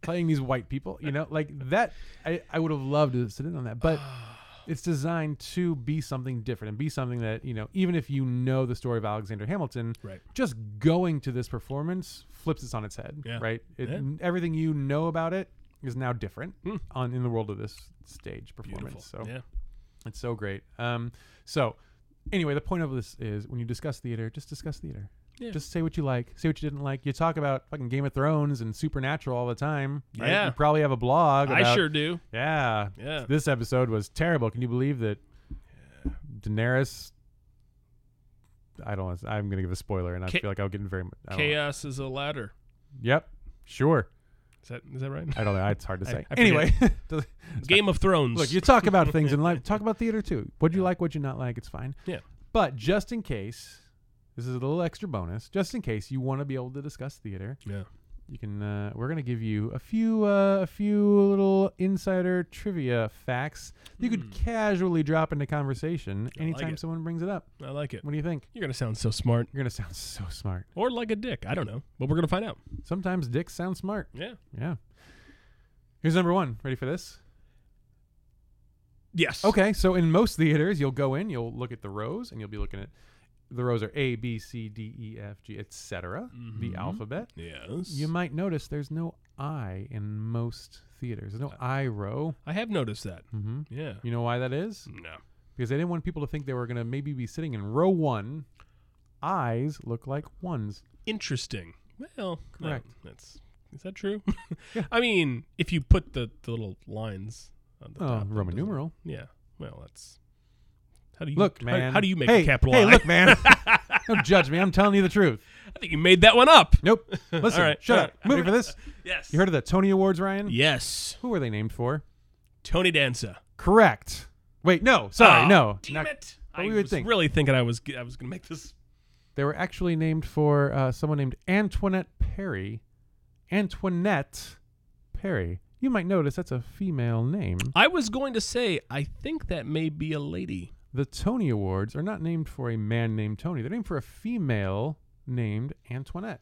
Speaker 1: playing these white people." You know, like that. I I would have loved to sit in on that, but it's designed to be something different and be something that you know even if you know the story of alexander hamilton
Speaker 2: Right.
Speaker 1: just going to this performance flips this on its head
Speaker 2: Yeah.
Speaker 1: right it,
Speaker 2: Yeah. Hmm.
Speaker 1: everything you know about it is now different on in the world of this stage performance
Speaker 2: Beautiful.
Speaker 1: so
Speaker 2: yeah.
Speaker 1: it's so great um so anyway the point of this is when you discuss theater just discuss theater
Speaker 2: Yeah.
Speaker 1: Just say what you like, say what you didn't like. You talk about fucking Game of Thrones and Supernatural all the time. right?
Speaker 2: Yeah.
Speaker 1: You probably have a blog. About,
Speaker 2: I sure do.
Speaker 1: yeah.
Speaker 2: Yeah.
Speaker 1: This episode was terrible. Can you believe that Daenerys? I don't. wanna- I'm gonna give a spoiler, and I
Speaker 2: Ca-
Speaker 1: feel like I'll get in very. mu- I don't know.
Speaker 2: Chaos is a ladder.
Speaker 1: Yep. Sure.
Speaker 2: Is that is that right?
Speaker 1: I don't know. It's hard to
Speaker 2: I-
Speaker 1: say.
Speaker 2: I forget.
Speaker 1: anyway, does-
Speaker 2: Game of Thrones.
Speaker 1: look, you talk about things in life. Talk about theater too. What'd you like? What'd you not like? It's fine.
Speaker 2: Yeah.
Speaker 1: But just in case, this is a little extra bonus. Just in case you want to be able to discuss theater,
Speaker 2: yeah.
Speaker 1: you can. Uh, we're gonna give you a few, uh, a few little insider trivia facts you could casually drop into conversation
Speaker 2: Hmm. like
Speaker 1: anytime
Speaker 2: it.
Speaker 1: someone brings it up.
Speaker 2: I like it.
Speaker 1: What do you think?
Speaker 2: You're gonna sound so smart,
Speaker 1: You're gonna sound so smart.
Speaker 2: or like a dick. I don't know, but we're gonna find out.
Speaker 1: Sometimes dicks sound smart.
Speaker 2: Yeah.
Speaker 1: Yeah. Here's number one. Ready for this?
Speaker 2: Yes.
Speaker 1: Okay, so in most theaters, you'll go in, you'll look at the rows, and you'll be looking at the rows are A, B, C, D, E, F, G, etc.
Speaker 2: Mm-hmm.
Speaker 1: The alphabet.
Speaker 2: Yes.
Speaker 1: You might notice there's no I in most theaters.
Speaker 2: Uh,
Speaker 1: There's no I row.
Speaker 2: I have noticed that. Mm-hmm. Yeah.
Speaker 1: You know why that is?
Speaker 2: No.
Speaker 1: Because they didn't want people to think they were going to maybe be sitting in row one. I's look like ones.
Speaker 2: Interesting. Well, no,
Speaker 1: Correct.
Speaker 2: that's is that true? I mean, if you put the, the little lines on the
Speaker 1: Oh,
Speaker 2: top, that
Speaker 1: Roman
Speaker 2: doesn't-
Speaker 1: numeral.
Speaker 2: Yeah. Well, that's how do you
Speaker 1: Look,
Speaker 2: how-
Speaker 1: man.
Speaker 2: How, do you make
Speaker 1: hey,
Speaker 2: a capital
Speaker 1: Hey,
Speaker 2: I?
Speaker 1: look, man. Don't judge me. I'm telling you the truth.
Speaker 2: I think you made that one up.
Speaker 1: Nope. Listen,
Speaker 2: All right,
Speaker 1: shut
Speaker 2: all
Speaker 1: up.
Speaker 2: right.
Speaker 1: Moving for this.
Speaker 2: Yes.
Speaker 1: You heard of the Tony Awards, Ryan?
Speaker 2: Yes.
Speaker 1: Who were they named for?
Speaker 2: Tony Danza.
Speaker 1: Correct. Wait, no. Sorry,
Speaker 2: Ah,
Speaker 1: no.
Speaker 2: Damn
Speaker 1: Not-
Speaker 2: it.
Speaker 1: what
Speaker 2: I
Speaker 1: we would
Speaker 2: was
Speaker 1: think.
Speaker 2: really thinking I was g- I was gonna make this.
Speaker 1: They were actually named for uh, someone named Antoinette Perry. Antoinette Perry. You might notice that's a female name.
Speaker 2: I was going to say I think that may be a lady.
Speaker 1: The Tony Awards are not named for a man named Tony. They're named for a female named Antoinette.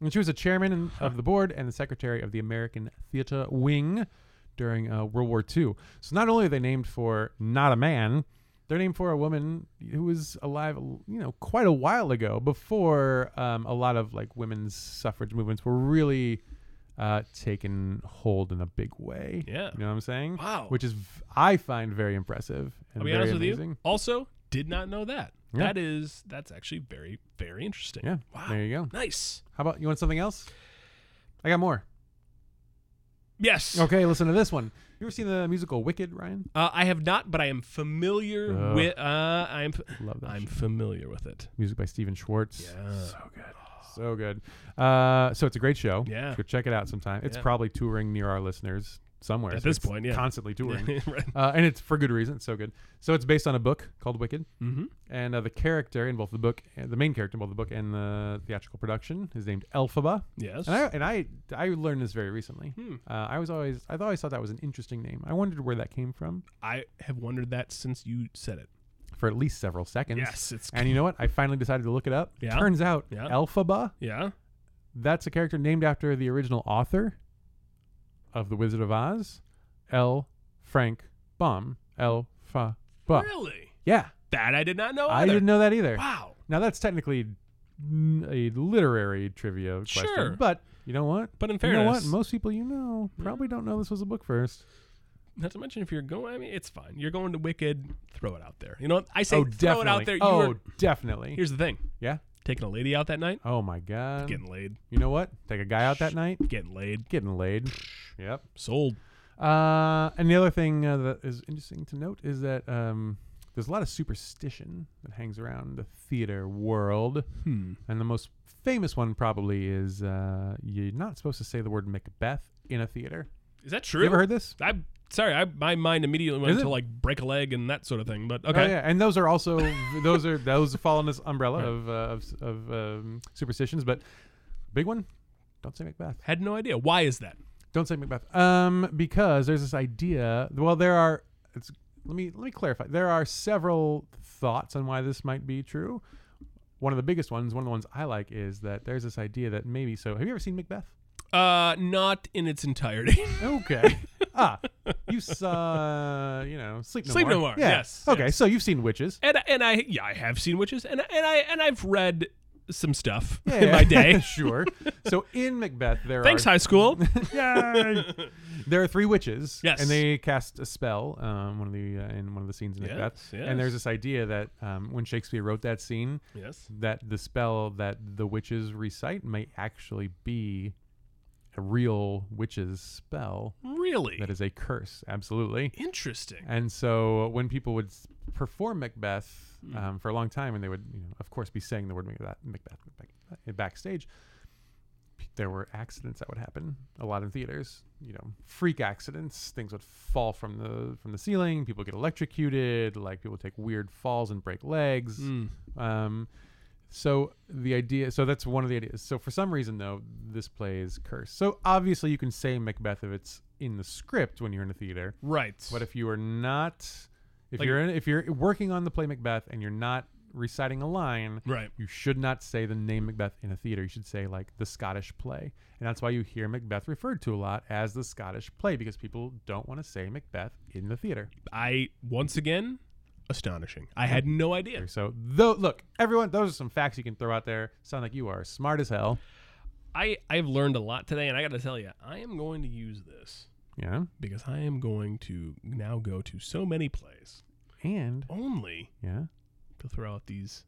Speaker 1: And she was a chairman and- of the board and the secretary of the American Theater Wing during uh, World War II. So not only are they named for not a man, they're named for a woman who was alive, you know, quite a while ago, before um, a lot of like women's suffrage movements were really uh, taken hold in a big way.
Speaker 2: Yeah.
Speaker 1: you know what I'm saying?
Speaker 2: Wow.
Speaker 1: Which is v- I find very impressive. And
Speaker 2: I'll be
Speaker 1: very
Speaker 2: honest with
Speaker 1: amazing.
Speaker 2: you. Also, did not know that.
Speaker 1: Yeah.
Speaker 2: That is that's actually very very interesting.
Speaker 1: Yeah.
Speaker 2: Wow.
Speaker 1: There you go.
Speaker 2: Nice.
Speaker 1: How about you want something else? I got more.
Speaker 2: Yes.
Speaker 1: Okay, listen to this one. You ever seen the musical Wicked, Ryan?
Speaker 2: Uh, I have not, but I am familiar
Speaker 1: Ugh.
Speaker 2: with. Uh, I'm f-
Speaker 1: Love that.
Speaker 2: I'm
Speaker 1: shit.
Speaker 2: familiar with it.
Speaker 1: Music by Stephen Schwartz.
Speaker 2: Yeah.
Speaker 1: So good. So good. Uh, so it's a great show.
Speaker 2: Yeah.
Speaker 1: Go check it out sometime. It's
Speaker 2: Yeah.
Speaker 1: probably touring near our listeners somewhere.
Speaker 2: At
Speaker 1: so
Speaker 2: this
Speaker 1: it's
Speaker 2: point, yeah.
Speaker 1: Constantly touring.
Speaker 2: right.
Speaker 1: uh, and it's for good reason. It's so good. So it's based on a book called Wicked.
Speaker 2: Mm-hmm.
Speaker 1: And uh, the character in both the book, uh, the main character in both the book and the theatrical production is named Elphaba.
Speaker 2: Yes.
Speaker 1: And I and I I learned this very recently.
Speaker 2: Hmm.
Speaker 1: Uh, I was always I always thought that was an interesting name. I wondered where that came from
Speaker 2: I have wondered that since you said it.
Speaker 1: for at least several seconds.
Speaker 2: Yes, it's-
Speaker 1: and you know what? I finally decided to look it up.
Speaker 2: Yeah.
Speaker 1: Turns out
Speaker 2: Yeah.
Speaker 1: Elphaba
Speaker 2: Yeah.
Speaker 1: that's a character named after the original author of The Wizard of Oz, L. Frank Baum. Elphaba.
Speaker 2: Really?
Speaker 1: Yeah,
Speaker 2: That I did not know.
Speaker 1: I
Speaker 2: either.
Speaker 1: didn't know that either.
Speaker 2: Wow.
Speaker 1: Now that's technically mm, a literary trivia question,
Speaker 2: Sure.
Speaker 1: but you know what?
Speaker 2: But in
Speaker 1: you know what?
Speaker 2: fairness,
Speaker 1: Most people you know probably don't know this was a book first.
Speaker 2: not to mention if you're going, I mean, it's fine. You're going to Wicked. Throw it out there. You know, what? I say
Speaker 1: oh,
Speaker 2: throw
Speaker 1: definitely.
Speaker 2: it out there. You
Speaker 1: oh,
Speaker 2: were-
Speaker 1: definitely.
Speaker 2: here's the thing:
Speaker 1: yeah.
Speaker 2: taking a lady out that night,
Speaker 1: Oh my god.
Speaker 2: getting laid,
Speaker 1: you know what? Take a guy out that night,
Speaker 2: getting laid,
Speaker 1: getting laid. Yep.
Speaker 2: sold.
Speaker 1: Uh, and the other thing uh, that is interesting to note is that um, there's a lot of superstition that hangs around the theater world,
Speaker 2: Hmm.
Speaker 1: and the most famous one probably is uh, you're not supposed to say the word Macbeth in a theater.
Speaker 2: Is that true?
Speaker 1: You ever heard this?
Speaker 2: I sorry, I my mind immediately
Speaker 1: Is
Speaker 2: went
Speaker 1: it?
Speaker 2: to like break a leg and that sort of thing. But okay,
Speaker 1: Oh, yeah, and those are also those are those fall in this umbrella of uh, of, s- of um, superstitions. But big one, don't say Macbeth.
Speaker 2: had no idea. Why is that?
Speaker 1: Don't say Macbeth. Um, because there's this idea. Well, there are. It's, let me let me clarify. There are several thoughts on why this might be true. One of the biggest ones, one of the ones I like, is that there's this idea that maybe. So, have you ever seen Macbeth?
Speaker 2: Uh, not in its entirety.
Speaker 1: Okay. ah, you saw. You know, Sleep No
Speaker 2: Sleep
Speaker 1: More.
Speaker 2: No More,
Speaker 1: Yeah.
Speaker 2: yes,
Speaker 1: Okay,
Speaker 2: yes.
Speaker 1: so you've seen witches.
Speaker 2: and I- and I yeah, I have seen witches, and and I and I've read some stuff
Speaker 1: Yeah,
Speaker 2: in my day.
Speaker 1: sure. So in Macbeth, there
Speaker 2: Thanks,
Speaker 1: are
Speaker 2: high school.
Speaker 1: Yay! there are three witches.
Speaker 2: Yes.
Speaker 1: and they cast a spell. Um, one of the uh, in one of the scenes in
Speaker 2: Yes,
Speaker 1: Macbeth.
Speaker 2: yes.
Speaker 1: And there's this idea that um, when Shakespeare wrote that scene,
Speaker 2: yes.
Speaker 1: that the spell that the witches recite may actually be a real witch's spell
Speaker 2: Really
Speaker 1: that is a curse. Absolutely.
Speaker 2: interesting.
Speaker 1: And so when people would s- perform Macbeth um, for a long time, and they would, you know, of course, be saying the word Macbeth, Macbeth, Macbeth backstage, p- there were accidents that would happen a lot in theaters. You know, freak accidents. Things would fall from the from the ceiling. People get electrocuted. Like people take weird falls and break legs. Um, so the idea, so that's one of the ideas. So for some reason though, this play is cursed. So obviously you can say Macbeth if it's in the script when you're in a theater.
Speaker 2: Right.
Speaker 1: But if you are not, if
Speaker 2: Like-
Speaker 1: you're in, if you're working on the play Macbeth and you're not reciting a line,
Speaker 2: Right.
Speaker 1: you should not say the name Macbeth in a theater. You should say like the Scottish play. And that's why you hear Macbeth referred to a lot as the Scottish play because people don't want to say Macbeth in the theater.
Speaker 2: I once again astonishing. I had no idea.
Speaker 1: So, though, look, everyone, those are some facts you can throw out there. Sound like you are smart as hell.
Speaker 2: I I've learned a lot today, and I got to tell you, I am going to use this
Speaker 1: Yeah.
Speaker 2: because I am going to now go to so many plays
Speaker 1: And
Speaker 2: only
Speaker 1: yeah,
Speaker 2: to throw out these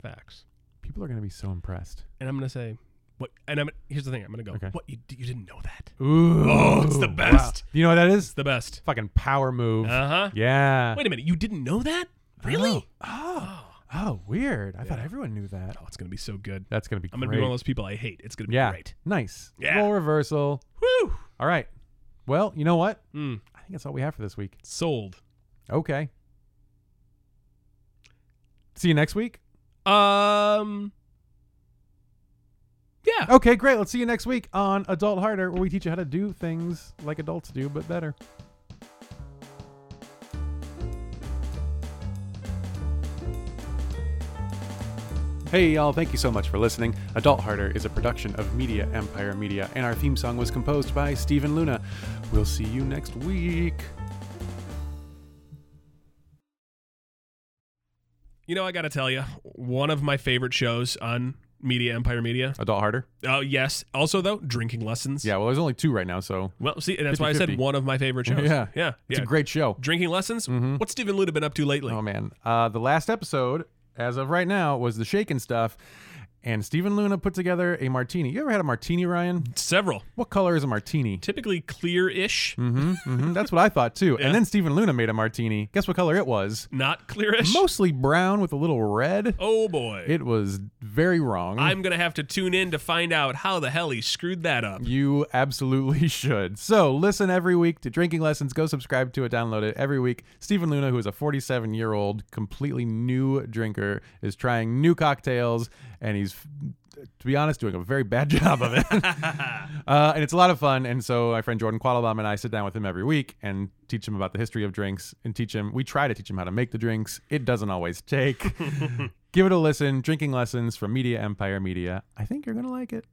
Speaker 2: facts,
Speaker 1: people are going to be so impressed.
Speaker 2: and I'm gonna say what. And I'm here's the thing. I'm gonna go.
Speaker 1: Okay.
Speaker 2: What you you didn't know that?
Speaker 1: Ooh.
Speaker 2: Oh, it's the best.
Speaker 1: You know what that is?
Speaker 2: It's the best.
Speaker 1: Fucking power move.
Speaker 2: Uh huh.
Speaker 1: yeah.
Speaker 2: Wait a minute. You didn't know that?
Speaker 1: Oh.
Speaker 2: Really?
Speaker 1: Oh. Oh, weird. I thought everyone knew that.
Speaker 2: Oh, it's gonna be so good.
Speaker 1: That's going to be
Speaker 2: I'm
Speaker 1: great.
Speaker 2: gonna be one of those people I hate. It's gonna be
Speaker 1: yeah.
Speaker 2: great.
Speaker 1: Nice.
Speaker 2: Yeah.
Speaker 1: Role reversal.
Speaker 2: Woo!
Speaker 1: All right. Well, you know what?
Speaker 2: Mm,
Speaker 1: I think that's all we have for this week.
Speaker 2: sold.
Speaker 1: Okay. See you next week.
Speaker 2: Um. Yeah.
Speaker 1: Okay, great. Let's see you next week on Adult Harder, where we teach you how to do things like adults do, but better. Hey, y'all, thank you so much for listening. Adult Harder is a production of Media Empire Media, and our theme song was composed by Stephen Luna. We'll see you next week.
Speaker 2: You know, I got to tell you, one of my favorite shows on Media Empire Media.
Speaker 1: Adult Harder?
Speaker 2: Oh, yes. Also, though, Drinking Lessons.
Speaker 1: Yeah, well, there's only two right now, so
Speaker 2: Well, see, and that's why I said
Speaker 1: 50-50.
Speaker 2: one of my favorite shows.
Speaker 1: Yeah.
Speaker 2: Yeah.
Speaker 1: it's
Speaker 2: yeah.
Speaker 1: a great show.
Speaker 2: Drinking Lessons.
Speaker 1: Mhm.
Speaker 2: What's Stephen Luda been up to lately?
Speaker 1: Oh man, uh, the last episode, as of right now, was the shaken stuff, and Stephen Luna put together a martini. You ever had a martini, Ryan?
Speaker 2: Several.
Speaker 1: What color is a martini?
Speaker 2: Typically clear ish,
Speaker 1: hmm hmm That's what I thought too. And then Stephen Luna made a martini. Guess what color it was?
Speaker 2: not clear ish.
Speaker 1: Mostly brown with a little red.
Speaker 2: oh, boy.
Speaker 1: It was very wrong.
Speaker 2: I'm going to have to tune in to find out how the hell he screwed that up.
Speaker 1: You absolutely should. So listen every week to Drinking Lessons. Go subscribe to it, download it every week. Stephen Luna, who is a 47 year old, completely new drinker, is trying new cocktails, and he's, to be honest, doing a very bad job of it. uh, and it's a lot of fun. And so my friend Jordan Quattlebaum and I sit down with him every week and teach him about the history of drinks and teach him. We try to teach him how to make the drinks. It doesn't always take. Give it a listen. Drinking Lessons from Media Empire Media. I think you're gonna like it.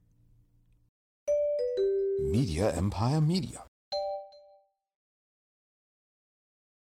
Speaker 5: Media Empire Media.